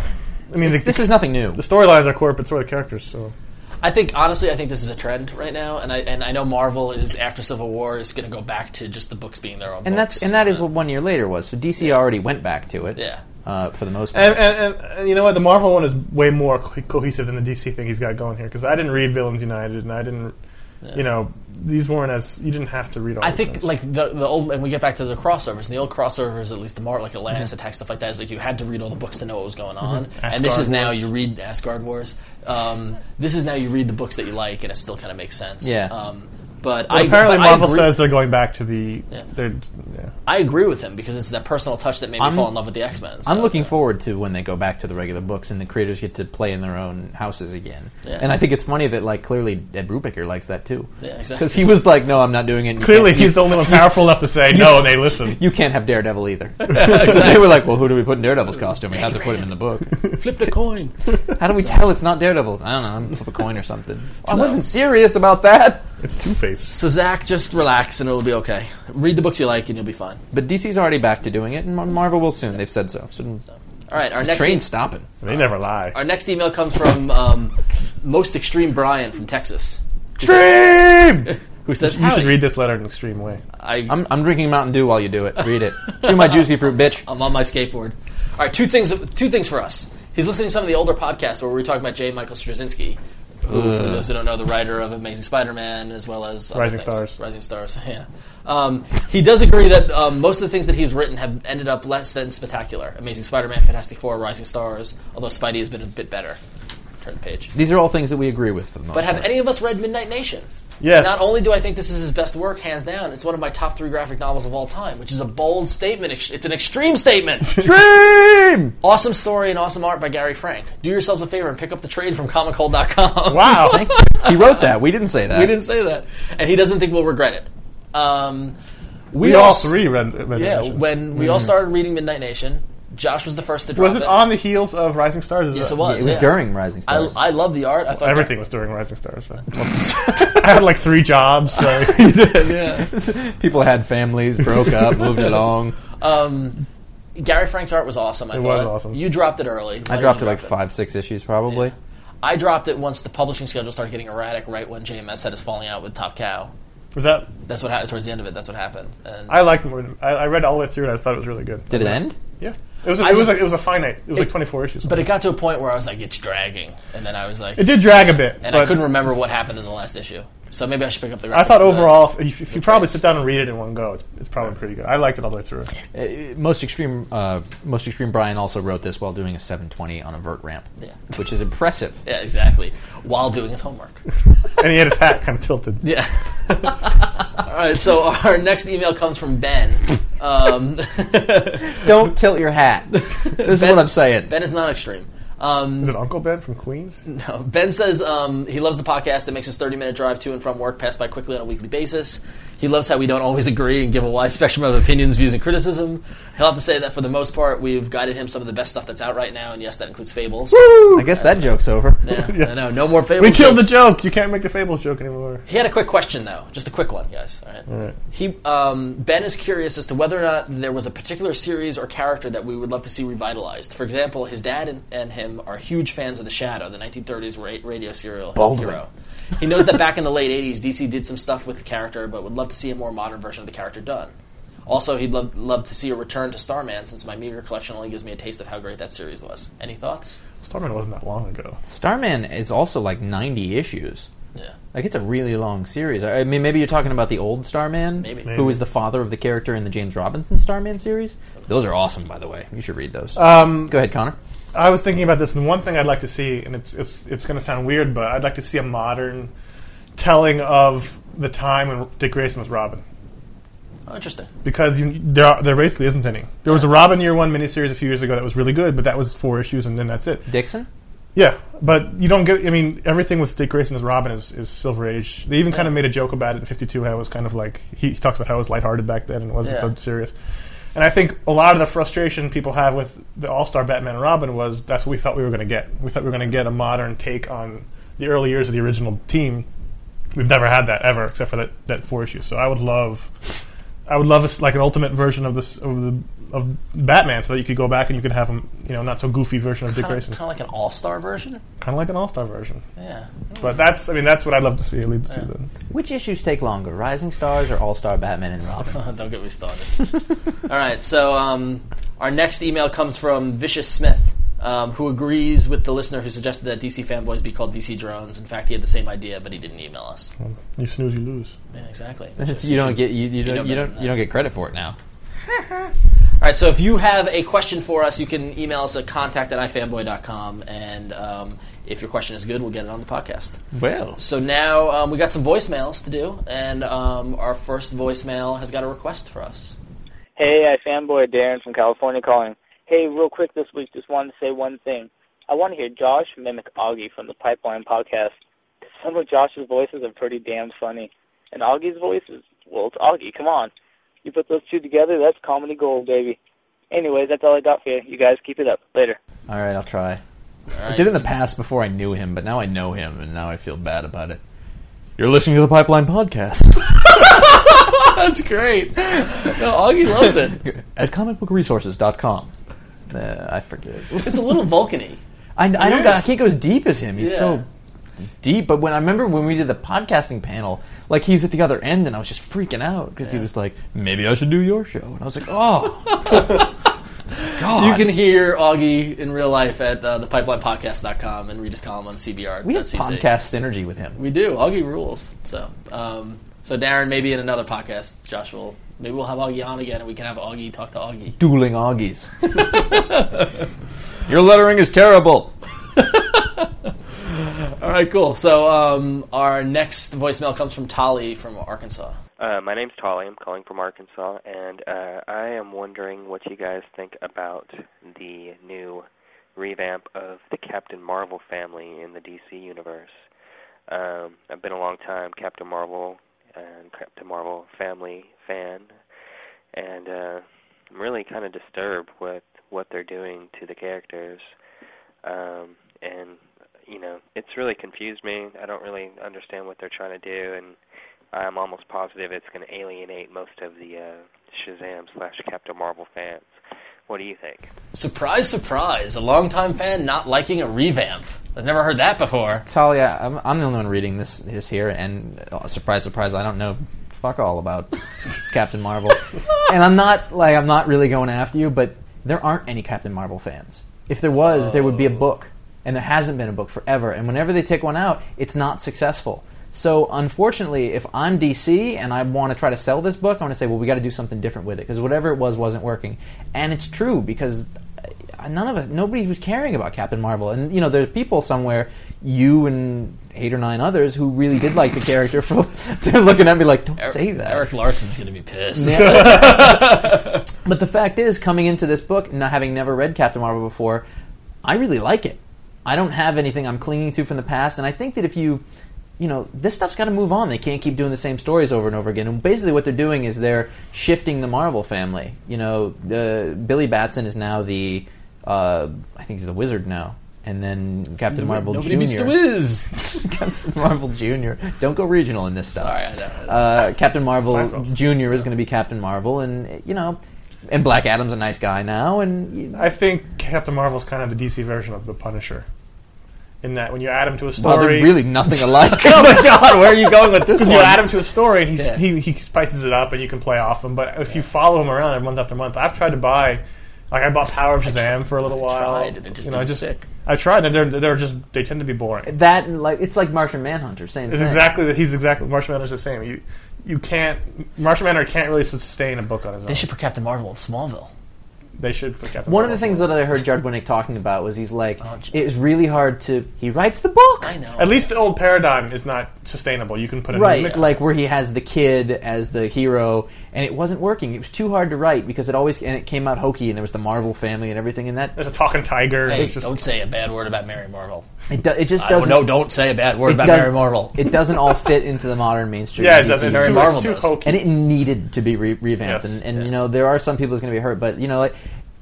A: I mean, the,
D: this is nothing new.
A: the storylines are corporate, so are the characters. So
F: I think honestly, I think this is a trend right now, and I and I know Marvel is after Civil War is going to go back to just the books being their own.
D: And
F: books.
D: that's and that is what one year later was. So DC already went back to it.
F: Yeah.
D: Uh, for the most part.
A: And, and, and, and you know what? The Marvel one is way more co- cohesive than the DC thing he's got going here because I didn't read Villains United and I didn't, you know, these weren't as you didn't have to read all.
F: I
A: these
F: think
A: things.
F: like the the old and we get back to the crossovers. And the old crossovers, at least the Mar like Atlantis Attack stuff like that, is like you had to read all the books to know what was going on.
D: Mm-hmm.
F: And this
A: Asgard
F: is now
A: Wars.
F: you read Asgard Wars. Um, this is now you read the books that you like, and it still kind of makes sense.
D: Yeah.
F: Um, but
A: But
F: I,
A: apparently
F: but
A: Marvel
F: I agree,
A: says they're going back to the.
F: Yeah.
A: They're, yeah.
F: I agree with him because it's that personal touch that made me
D: I'm-
F: fall in love with the X Men.
D: I'm looking forward to when they go back to the regular books and the creators get to play in their own houses again.
F: Yeah.
D: And I think it's funny that like clearly Ed Brubaker likes that too.
F: Yeah, exactly.
D: Because he was like, "No, I'm not doing it." You
A: Clearly,
D: can't- you,
A: he's the only one powerful enough to say no, and they listen.
D: you can't have Daredevil either. so they were like, "Well, who do we put in Daredevil's costume? We have to put him in the book.
F: flip the coin.
D: How do we tell it's not Daredevil? I don't know. I'm gonna flip a coin or something. I wasn't serious about that.
A: It's Two Face.
F: So Zach, just relax and it'll be okay. Read the books you like and you'll be fine.
D: But DC's already back to doing it, and Mar- Marvel will soon. They've said so. So
F: All right, our next
D: train's
F: e-
D: stopping.
A: They never lie.
F: our next email comes from um, most extreme Brian from Texas,
A: Extreme.
F: who says
A: You should
F: "Howdy."
A: read this letter in an extreme way.
F: I,
D: I'm, I'm drinking Mountain Dew while you do it. Read it. Chew my juicy fruit, bitch.
F: I'm on my skateboard. All right, two things. Two things for us. He's listening to some of the older podcasts where we were talking about J. Michael Straczynski, who, for those who don't know, the writer of Amazing Spider-Man as well as other
A: Rising
F: things.
A: Stars.
F: Rising Stars. Yeah. Um, he does agree that um, most of the things that he's written have ended up less than spectacular. Amazing Spider-Man, Fantastic Four, Rising Stars. Although Spidey has been a bit better. Turn the page.
D: These are all things that we agree with for the most
F: But have
D: part.
F: any of us read Midnight Nation?
A: Yes.
F: Not only do I think this is his best work, hands down, it's one of my top three graphic novels of all time, which is a bold statement. Ex- It's an extreme statement.
D: Dream!
F: Awesome story and awesome art by Gary Frank. Do yourselves a favor and pick up the trade from comichole.com.
A: Wow.
D: he wrote that. We didn't say that.
F: we didn't say that. And he doesn't think we'll regret it. Um, we,
A: we all
F: s-
A: three read. read
F: Yeah,
A: Nation.
F: when we all started reading Midnight Nation, Josh was the first to drop
A: was it on the heels of Rising Stars?
F: Yes, it
D: Yeah,
F: was.
D: it was
F: yeah.
D: during Rising Stars.
F: I, I love the art. I thought
A: Everything was during Rising Stars. So. I had like three jobs. So.
D: People had families, broke up, moved along.
F: um, Gary Frank's art was awesome. I
A: It
F: thought.
A: was awesome.
F: You dropped it early. Why
D: I
F: did
D: dropped it
F: you
D: like
F: drop
D: five, six issues probably.
F: I dropped it once the publishing schedule started getting erratic. Right when JMS had us falling out with Top Cow.
A: Was that?
F: That's what happened towards the end of it. That's what happened. And
A: I liked. More, I, I read all the way through, and I thought it was really good.
D: Did it end?
A: Yeah, it was. A, it
F: I
A: was.
F: just-
A: A, it was a finite. It was like
F: It-
A: twenty four issues.
F: But it got to a point where I was like, it's dragging, and then I was like,
A: it did drag a bit.
F: and
A: but
F: I couldn't remember what happened in the last issue. So maybe I should pick up
A: I
F: the. graphic
A: thought
F: novel.
A: overall, if, if you probably sit down and read it in one go, it's, it's probably pretty good. I liked it all the way through.
D: Uh, Most extreme, uh, most extreme. Brian also wrote this while doing a 720 on a vert ramp,
F: Yeah.
D: which is impressive.
F: Yeah, exactly. While doing his homework.
A: And he had his hat kind of tilted.
F: Yeah. All right. So our next email comes from Ben. Um,
D: Don't tilt your hat. This is what I'm saying.
F: Ben is not extreme. Um,
A: Is it Uncle Ben from Queens?
F: no. Ben says um, he loves the podcast. It makes his 30 minute drive to and from work pass by quickly on a weekly basis. He loves how we don't always agree and give a wide spectrum of opinions, views, and criticism. He'll have to say that for the most part, we've guided him some of the best stuff that's out right now, and yes, that includes Fables.
D: I guess that joke's over.
F: Yeah, I know. No more Fables.
A: We killed the
F: jokes.
A: joke. You can't make a Fables joke anymore.
F: He had a quick question though, just a quick one, guys. All right.
A: right.
F: He um, Ben is curious as to whether or not there was a particular series or character that we would love to see revitalized. For example, his dad and, and him are huge fans of The Shadow, the 1930s ra- radio serial hero. He knows that back in the late 80s, DC did some stuff with the character, but would love to see a more modern version of the character done. Also, he'd love, love to see a return to Starman, since my meager collection only gives me a taste of how great that series was. Any thoughts?
A: Starman wasn't that long ago.
D: Starman is also like 90 issues.
F: Yeah.
D: Like it's a really long series. I mean, maybe you're talking about the old Starman,
F: Maybe.
D: who was the father of the character in the James Robinson Starman series. Those are awesome, by the way. You should read those.
A: Um,
D: Go ahead, Connor.
A: I was thinking about this, and one thing I'd like to see, and it's it's it's going to sound weird, but I'd like to see a modern telling of the time when Dick Grayson was Robin,
F: Oh, interesting.
A: because you, there are, there basically isn't any. There was a Robin Year One miniseries a few years ago that was really good, but that was four issues, and then that's it.
D: Dixon.
A: Yeah, but you don't get. I mean, everything with Dick Grayson as Robin is, is Silver Age. They even kind of made a joke about it in '52. How it was kind of like he, he talks about how it was lighthearted back then and it wasn't
F: Yeah.
A: so serious. And I think a lot of the frustration people have with the All Star Batman and Robin was that's what we thought we were going to get. We thought we were going to get a modern take on the early years of the original team. We've never had that ever, except for that, that four issue. So I would love, I would love this, like an ultimate version of this of the of Batman, so that you could go back and you could have him, you know, not so goofy version of Dick
F: Kind of,
A: Grayson
F: kind of like an all star version?
A: kind of like an all-star version.
F: Yeah.
A: But that's, I mean, that's what I'd love to see. I'd love to see that.
D: Which issues take longer, Rising Stars or All Star Batman and Robin?
F: Don't get me started. All right, so um, our next email comes from Vicious Smith, um, who agrees with the listener who suggested that DC fanboys be called DC drones. In fact, he had the same idea, but he didn't email us.
A: You snooze, you lose.
F: Yeah, exactly.
D: you don't get you, you
F: know
D: don't you
F: better
D: don't
F: than
D: you don't get credit for it now.
F: All right, so if you have a question for us, you can email us at contact at ifanboy.com, and um, if your question is good, we'll get it on the podcast.
D: Well,
F: So now um, we got some voicemails to do, and um, our first voicemail has got a request for us.
B: Hey, I fanboy Darren from California calling. Hey, real quick this week, just wanted to say one thing. I want to hear Josh mimic Augie from the Pipeline podcast. Some of Josh's voices are pretty damn funny, and Augie's voice is well, it's Augie. Come on, you put those two together, that's comedy gold, baby. Anyways, that's all I got for you. You guys keep it up. Later.
D: all right, I'll try.
F: All
D: I
F: right.
D: did in the past before I knew him, but now I know him, and now I feel bad about it. You're listening to the Pipeline Podcast.
F: That's great. No, Augie loves it.
D: at comicbookresources.com. Uh, I forget.
F: It's a little Vulcan-y.
D: I, I don't. I can't go as deep as him. He's
F: Yeah.
D: so he's deep. But when I remember when we did the podcasting panel, like he's at the other end, and I was just freaking out because he was like, "Maybe I should do your show," and I was like, "Oh, God."
F: You can hear Augie in real life at uh, thepipelinepodcast.com and read his column on CBR.
D: we have podcast synergy with him.
F: We do. Augie rules. So, um, so Darren, maybe in another podcast, Josh will. Maybe we'll have Augie on again, and we can have Augie talk to Augie.
D: Dueling Augies. your lettering is terrible.
F: All right, cool. So um, our next voicemail comes from Tali from Arkansas.
E: Uh, my name's Tolly. I'm calling from Arkansas, and uh, I am wondering what you guys think about the new revamp of the Captain Marvel family in the DC universe. Um, I've been a long time Captain Marvel and Captain Marvel family fan, and uh, I'm really kind of disturbed with what they're doing to the characters. Um, and you know, it's really confused me. I don't really understand what they're trying to do, and I'm almost positive it's going to alienate most of the uh, Shazam slash Captain Marvel fans. What do you think?
F: Surprise, surprise! A longtime fan not liking a revamp. I've never heard that before.
D: Talia, I'm, I'm the only one reading this this here, and uh, surprise, surprise, I don't know fuck all about Captain Marvel, and I'm not like I'm not really going after you, but there aren't any Captain Marvel fans. If there was, there would be a book, and there hasn't been a book forever. And whenever they take one out, it's not successful. So unfortunately, if I'm DC and I want to try to sell this book, I want to say, well, we got to do something different with it because whatever it was wasn't working, and it's true because uh, none of us, nobody was caring about Captain Marvel, and you know there are people somewhere, you and eight or nine others who really did like the character. For they're looking at me like, don't say that.
F: Eric Larson's gonna be pissed.
D: But the fact is, coming into this book, not having never read Captain Marvel before, I really like it. I don't have anything I'm clinging to from the past, and I think that if you, you know, this stuff's got to move on. They can't keep doing the same stories over and over again. And basically, what they're doing is they're shifting the Marvel family. You know, uh, Billy Batson is now the, uh, I think he's the Wizard now, and then Captain Marvel
F: Nobody
D: Junior.
F: beats the Wiz.
D: Captain Marvel Junior. Don't go regional in this stuff.
F: Sorry, I don't-
D: Uh, Captain Marvel
A: Seinfeld.
D: Junior is going to be Captain Marvel, and you know, and Black Adam's a nice guy now, and
A: I think Captain Marvel's kind of the DC version of the Punisher. In that, when you add him to a
D: well,
A: story,
D: they're really nothing alike. oh my god, where are you going with this
A: you add him to a story and he's,
F: Yeah.
A: he he spices it up and you can play off him. But if you follow him around month after month, I've tried to buy, like I bought Power of Shazam for a little while.
F: tried and it just
A: you know, I
F: didn't
A: just
F: stick.
A: I tried and they're they're just they tend to be boring.
D: That and like it's like Martian Manhunter, same
A: It's
D: thing.
A: exactly that. He's exactly Martian Manhunter's the same. You you can't Martian Manhunter can't really sustain a book on his own.
F: They should put Captain Marvel in Smallville.
A: They should put Captain.
D: One of the
A: Marvel.
D: things that I heard Judd Winnick talking about was he's like,
F: Oh, gee.
D: it is really hard to. He writes the book,
F: I know.
A: At least the old paradigm is not sustainable. You can put a new
D: right?
A: mix-
D: Like where he has the kid as the hero, and it wasn't working. It was too hard to write because it always and it came out hokey, and there was the Marvel family and everything, and that
A: There's a talking tiger. and
F: Hey,
A: it's just
F: don't say a bad word about Mary Marvel.
D: it, do, it just
F: I don't
D: doesn't.
F: know. Don't say a bad word
D: it
F: about
D: does-
F: Mary Marvel.
D: It doesn't all fit into the modern mainstream.
A: yeah, it
D: DC
A: doesn't. It's
F: Very
A: too,
F: Marvel
A: it's too
F: does.
A: hokey.
D: and it needed to be re- revamped.
A: Yes.
D: and and you know there are some people that's going to be hurt, but you know like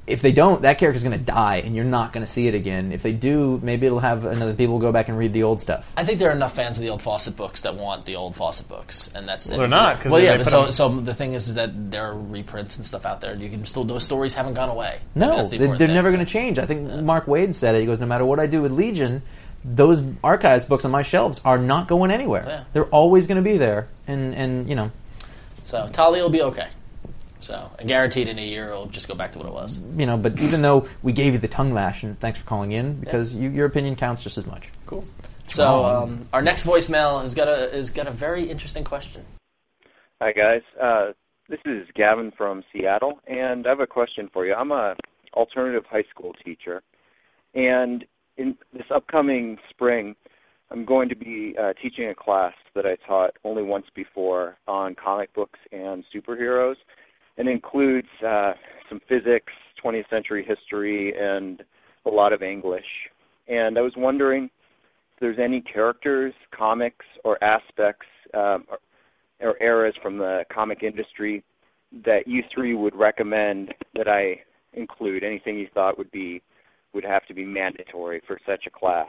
D: if they don't, that character's going to die, and you're not going to see it again. If they do, maybe it'll have another people go back and read the old stuff.
F: I think there are enough fans of the old Fawcett books that want the old Fawcett books, and that's it.
A: they're not, 'cause
F: Well,
A: they-
F: yeah,
A: they
F: but
A: put
F: so,
A: them-
F: so the thing is, is that there are reprints and stuff out there. You can still those stories haven't gone away.
D: No,
F: That's the
D: they,
F: important
D: they're
F: thing.
D: never going to change. I think Mark Wade said it. He goes, no matter what I do with Legion, those archives books on my shelves are not going anywhere.
F: Yeah.
D: They're always going to be there, and and you know
F: So Talia will be okay. So and guaranteed in a year it'll just go back to what it was.
D: you know. But even though we gave you the tongue lash, and thanks for calling in because you, your opinion counts just as much.
F: Cool. So um, our next voicemail has got a has got a very interesting question.
G: Hi guys, uh, this is Gavin from Seattle, and I have a question for you. I'm a alternative high school teacher, and in this upcoming spring, I'm going to be uh, teaching a class that I taught only once before on comic books and superheroes, and includes uh, some physics, 20th century history, and a lot of English. And I was wondering if there's any characters, comics, or aspects um, or or eras from the comic industry that you three would recommend that I include? Anything you thought would be would have to be mandatory for such a class?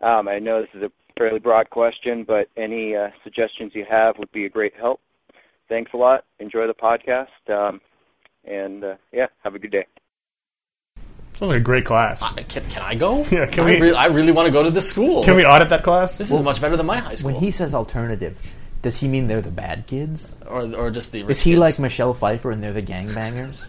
G: Um, I know this is a fairly broad question, but any uh, suggestions you have would be a great help. Thanks a lot. Enjoy the podcast, um, and uh, yeah, have a good day.
A: Sounds like a great class.
F: I- Can, can I go?
A: Yeah, can
F: I
A: we-
F: re- I really want to go to this school.
A: Can we audit that class?
F: This is much better than my high school.
D: When he says alternative, does he mean they're the bad kids?
F: or, or just the
D: Is he like Michelle Pfeiffer and they're the gangbangers?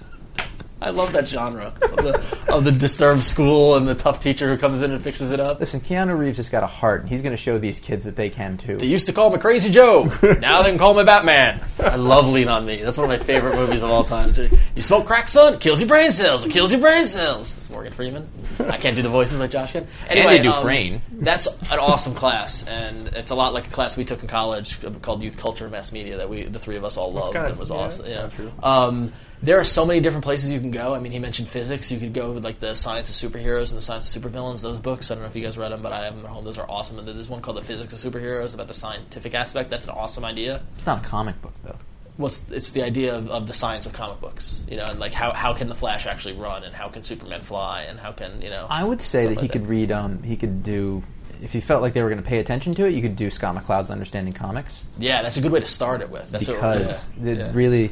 F: I love that genre of the, of the disturbed school and the tough teacher who comes in and fixes it up.
D: Listen, Keanu Reeves has got a heart, and he's going to show these kids that they can too.
F: They used to call me Crazy Joe. Now they can call me Batman. I love Lean on Me. That's one of my favorite movies of all time. So, you smoke crack, son? It kills your brain cells. It kills your brain cells. That's Morgan Freeman. I can't do the voices like Josh can. Anyway,
D: they do
F: um,
D: Frayne.
F: that's an awesome class, and it's a lot like a class we took in college called Youth Culture and Mass Media that we, the three of us, all loved
A: kinda-
F: and was
A: yeah,
F: awesome.
A: that's
F: Yeah.
A: kinda true.
F: Um, there are so many different places you can go. I mean, he mentioned physics. You could go with like the science of superheroes and the science of supervillains. Those books. I don't know if you guys read them, but I have them at home. Those are awesome. And there's one called the Physics of Superheroes about the scientific aspect. That's an awesome idea.
D: It's not a comic book though.
F: Well, it's, it's the idea of, of the science of comic books. You know, and like how how can the Flash actually run, and how can Superman fly, and how can you know?
D: I would say
F: Stuff
D: that he
F: like
D: could read. Um, he could do. If you felt like they were going to pay attention to it, you could do Scott McCloud's Understanding Comics
F: yeah, that's a good way to start it with. That's
D: because
F: what, yeah,
D: it
F: yeah.
D: really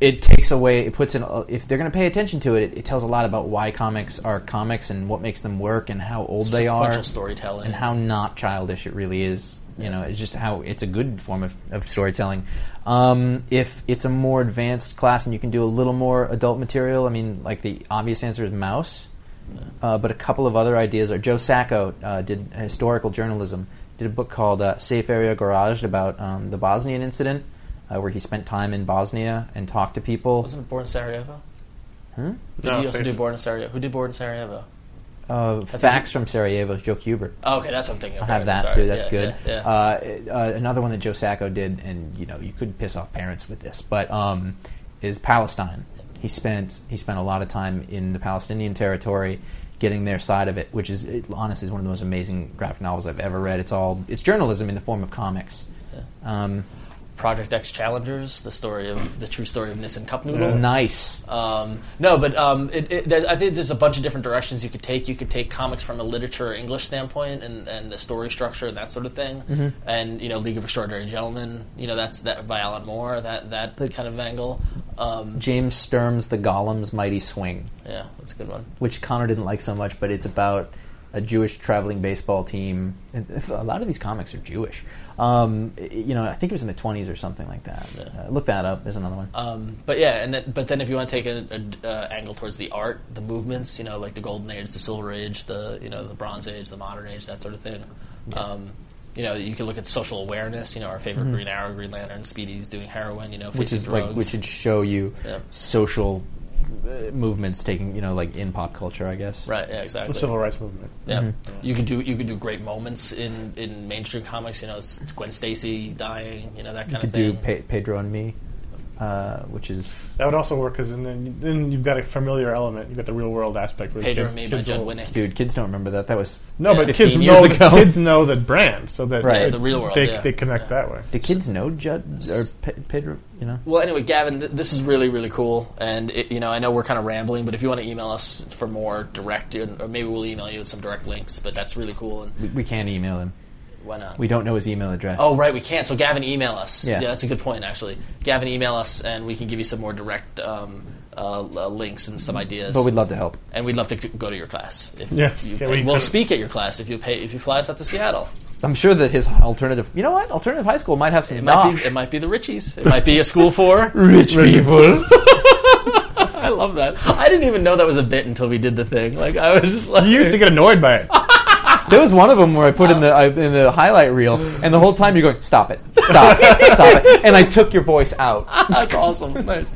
D: it takes away. It puts in. a- If they're going to pay attention to it, it, it tells a lot about why comics are comics and what makes them work and how old they
F: Sequential
D: are
F: storytelling
D: and how not childish it really is. You know, it's just how it's a good form of, of storytelling. Um, if it's a more advanced class and you can do a little more adult material, I mean, like the obvious answer is Mouse. Uh, but a couple of other ideas are Joe Sacco uh, did historical journalism, did a book called uh, Safe Area Garage about um, the Bosnian incident, uh, where he spent time in Bosnia and talked to people.
F: wasn't it born in Sarajevo. Did
A: No,
F: you also
A: safe.
F: do born in Sarajevo? Who did born in Sarajevo?
D: Uh, facts from Sarajevo's Joe Kubert.
F: Oh, okay, that's what I'm thinking. Of.
D: I have
F: Right, I'm
D: that
F: sorry.
D: too. That's
F: Yeah,
D: good.
F: Yeah, yeah.
D: Uh, uh, another one that Joe Sacco did, and you know you could piss off parents with this, but um, is Palestine. He spent he spent a lot of time in the Palestinian territory, getting their side of it, which is it, honestly is one of the most amazing graphic novels I've ever read. It's all it's journalism in the form of comics. Um,
F: Project X Challengers, the story of the true story of Nissen Cup Noodle.
D: nice.
F: Um, no, but um, it, it, there's, I think there's a bunch of different directions you could take. You could take comics from a literature or English standpoint and, and the story structure and that sort of thing,
D: Mm-hmm.
F: and you know League of Extraordinary Gentlemen. You know that's that by Alan Moore that that kind of angle. Um,
D: James Sturm's The Golem's Mighty Swing,
F: yeah, that's a good one.
D: which Connor didn't like so much, but it's about a Jewish traveling baseball team. And A lot of these comics are Jewish. Um, i- you know, I think it was in the 20s or something like that. Uh, look that up. There's another one.
F: Um, but yeah, and then, but then if you want to take an uh, angle towards the art, the movements, you know, like the Golden Age, the Silver Age, the you know the Bronze Age, the Modern Age, that sort of thing. Um, you know, you can look at social awareness. You know, our favorite Green Arrow, Green Lantern, Speedy's doing heroin. You know,
D: Mm-hmm. which
F: facing
D: is
F: drugs.
D: like which should show you
F: Yeah.
D: social uh, movements taking you know like in pop culture i guess
F: right? Yeah, exactly.
A: The civil rights movement.
F: Yeah.
D: Mm-hmm.
F: You could do you could do great moments in, in mainstream comics. You know, it's Gwen Stacy dying. You know that kind
D: you could
F: of thing.
D: do Pe- pedro and me uh, which is
A: That would also work because then then you've got a familiar element. You've got the real world aspect. Where the
F: Pedro
A: kids,
F: and Me by
A: kids
F: Judd
A: will-
F: Winnick.
D: dude kids don't remember that that was
A: No,
F: Yeah.
A: but kids
D: 15 years
A: know
D: ago.
A: kids know the brand, so that
D: Right.
A: it-
F: The real world,
A: They,
F: yeah.
A: they connect that way.
D: the kids know judd or Pe- pedro you know
F: Well, anyway, Gavin, th- this is really really cool, and it, you know I know we're kind of rambling, but if you want to email us for more direct, or maybe we'll email you with some direct links. But that's really cool, and
D: we, we can't email him
F: why not?
D: we don't know his email address
F: Oh right, we can't. So Gavin, email us.
D: Yeah.
F: Yeah, that's a good point actually. Gavin, email us, and we can give you some more direct um, uh, l- uh, links and some ideas.
D: but we'd love to help
F: and we'd love to c- go to your class. If
A: Yes.
F: you,
A: Yeah,
F: and
A: we
F: we'll
A: could-
F: speak at your class if you pay if you fly us out to Seattle.
D: i'm sure that his alternative you know what alternative high school might have some
F: It might, be, it might be the Richies. It might be a school for.
D: rich people
F: I love that. I didn't even know that was a bit until we did the thing. Like I was just like,
A: You used to get annoyed by it.
D: There was one of them where I put in the I, in the highlight reel, and the whole time you're going, "Stop it, stop it, stop it," and I took your voice out.
F: that's awesome. Nice.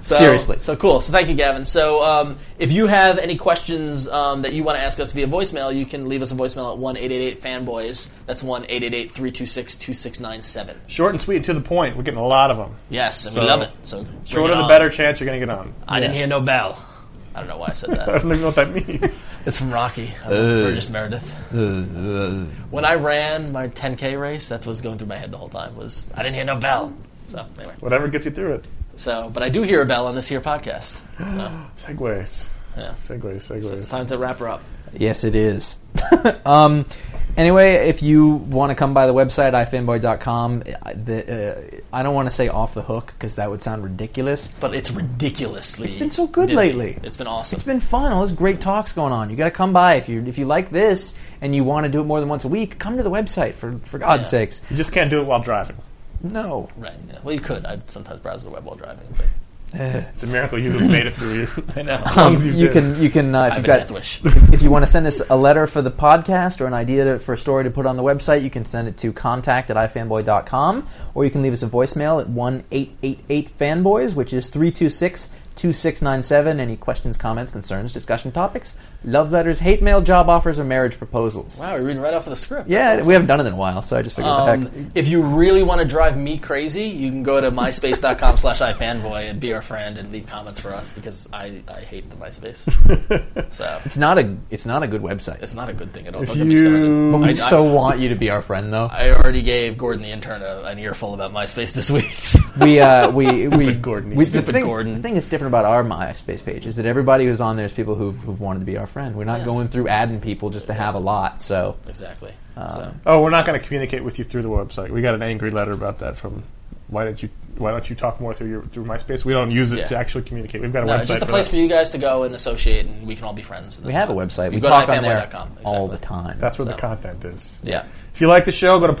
F: So,
D: Seriously.
F: So cool. So thank you, Gavin. So um, if you have any questions um, that you want to ask us via voicemail, you can leave us a voicemail at one eight eight eight fanboys. That's one eight eight eight three two six two six nine seven.
A: Short and sweet and to the point. We're getting a lot of them.
F: Yes, and
A: So-
F: we love it. So bring
A: Shorter
F: it
A: the
F: on.
A: better chance you're going to get on.
F: I didn't hear no bell. I don't know why I said
A: I
F: that.
A: don't even know what that means.
F: it's from Rocky. I
A: Uh,
F: love Burgess Meredith. When I ran my 10k race, that's what was going through my head the whole time. Was I didn't hear no bell. So anyway,
A: Whatever gets you through it.
F: so but I do hear a bell on this here podcast. So,
A: Segways.
F: yeah, so
A: Segways,
F: it's
A: segways.
F: time to wrap her up.
D: Yes, it is. um, anyway, if you want to come by the website ifanboy.com, I, the, uh, I don't want to say off the hook because that would sound ridiculous.
F: But it's ridiculously. It's
D: been so good lately.
F: It's been awesome.
D: It's been fun. All this great talks going on. You got to come by if you if you like this and you want to do it more than once a week. Come to the website for for God's
F: Yeah.
D: sakes.
A: You just can't do it while driving.
D: No,
F: right. Yeah. Well, you could. I sometimes browse the web while driving. But
A: It's a miracle you have made it through.
F: I know.
A: long as you
D: Um, you
A: did.
D: can you can uh, if
F: I have
D: you've
F: a
D: got
F: death wish.
D: if you want to send us a letter for the podcast or an idea to, for a story to put on the website, you can send it to contact at ifanboy.com or you can leave us a voicemail at 1 888 fanboys, which is 326 2697. Any questions, comments, concerns, discussion topics, love letters, hate mail, job offers, or marriage proposals.
F: wow, we're reading right off of the script.
D: Yeah, we haven't done it in a while, so I just figured what the heck.
F: Um, if you really want to drive me crazy, you can go to myspace.com slash ifanboy and be our friend and leave comments for us because I, I hate the MySpace. so
D: It's not a it's not a good website.
F: it's not a good thing at all.
A: If
F: Don't get me started.
A: you-
D: But we
F: I- I-
D: so want you to be our friend, though.
F: I already gave Gordon the intern a, an earful about MySpace this week. so-
D: we uh, we we,
A: Gordon.
D: we the
F: Stupid
D: thing,
F: Gordon.
D: The thing that's different about our MySpace page is that everybody who's on there is people who've, who've wanted to be our friend. We're not
F: Yes.
D: going through adding people just to have a lot. So
F: exactly.
D: Um,
F: so.
A: Oh, we're not going to communicate with you through the website. We got an angry letter about that from. Why don't you? Why don't you talk more through your through MySpace? We don't use it
F: Yeah.
A: to actually communicate. We've got a
F: No,
A: website.
F: just a
A: for
F: place
A: that.
F: for you guys to go and associate, and we can all be friends.
D: we have a website.
F: You
D: We
F: go
D: talk
F: to
D: on there
F: ifanboy.com,
D: all the
F: exactly.
D: time.
A: That's where the
F: So.
A: content is.
F: Yeah.
A: If you like the show, go to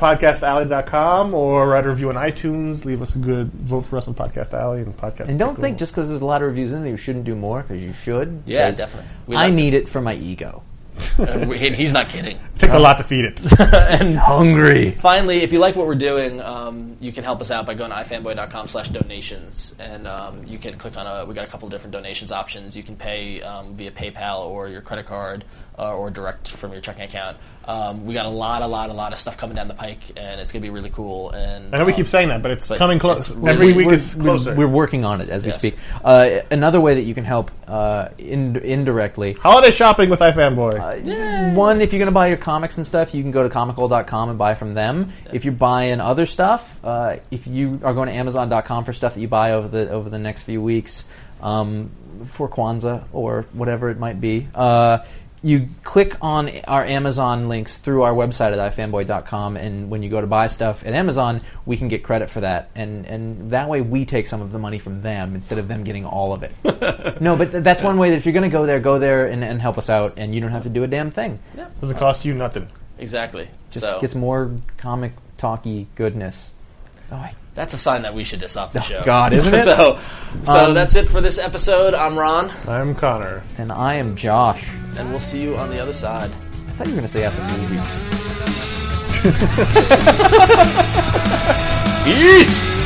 A: podcastalley.com or write a review on iTunes. Leave us a good vote for us on Podcast Alley and Podcast.
D: and don't
A: Pickle.
D: think just because there's a lot of reviews in there, you shouldn't do more because you should.
F: Yeah,
D: 'cause
F: definitely. We
D: I
F: like
D: need it for my ego.
F: and Uh, we- and he's not kidding.
A: It takes a lot to feed it.
F: and
H: Hungry.
F: finally, if you like what we're doing, um, you can help us out by going to ifanboy.com slash donations. And um, you can click on a, we got a couple different donations options. You can pay um, via PayPal or your credit card uh, or direct from your checking account. Um, we got a lot, a lot, a lot of stuff coming down the pike, and it's going to be really cool. And
A: I know we
F: um,
A: keep saying that, but it's
F: but
A: coming close.
F: it's
A: Every
F: really-
A: week
D: we're,
A: is closer.
D: We're, we're working on it as
F: Yes.
D: we speak. Uh, another way that you can help uh, in, indirectly.
A: Holiday shopping with iFanboy.
D: One, if you're going to buy your comics and stuff, you can go to comical.com and buy from them. If you're buying other stuff, uh, if you are going to amazon.com for stuff that you buy over the over the next few weeks um, for Kwanzaa or whatever it might be, uh, you click on our Amazon links through our website at ifanboy.com, and when you go to buy stuff at Amazon, we can get credit for that, and and that way we take some of the money from them instead of them getting all of it. No, but th- that's one way that if you're going to go there, go there and, and help us out, and you don't have to do a damn thing.
A: Doesn't cost you nothing.
F: Exactly.
D: Just
F: so
D: gets more comic talky goodness. Oh, I-
F: that's a sign that we should just stop the show.
D: Oh, God, isn't it?
F: so so
D: Um,
F: that's it for this episode. I'm Ron,
A: I'm Connor.
D: and I am Josh.
F: and we'll see you on the other side.
D: I thought you were going to say after the movies.
F: Peace!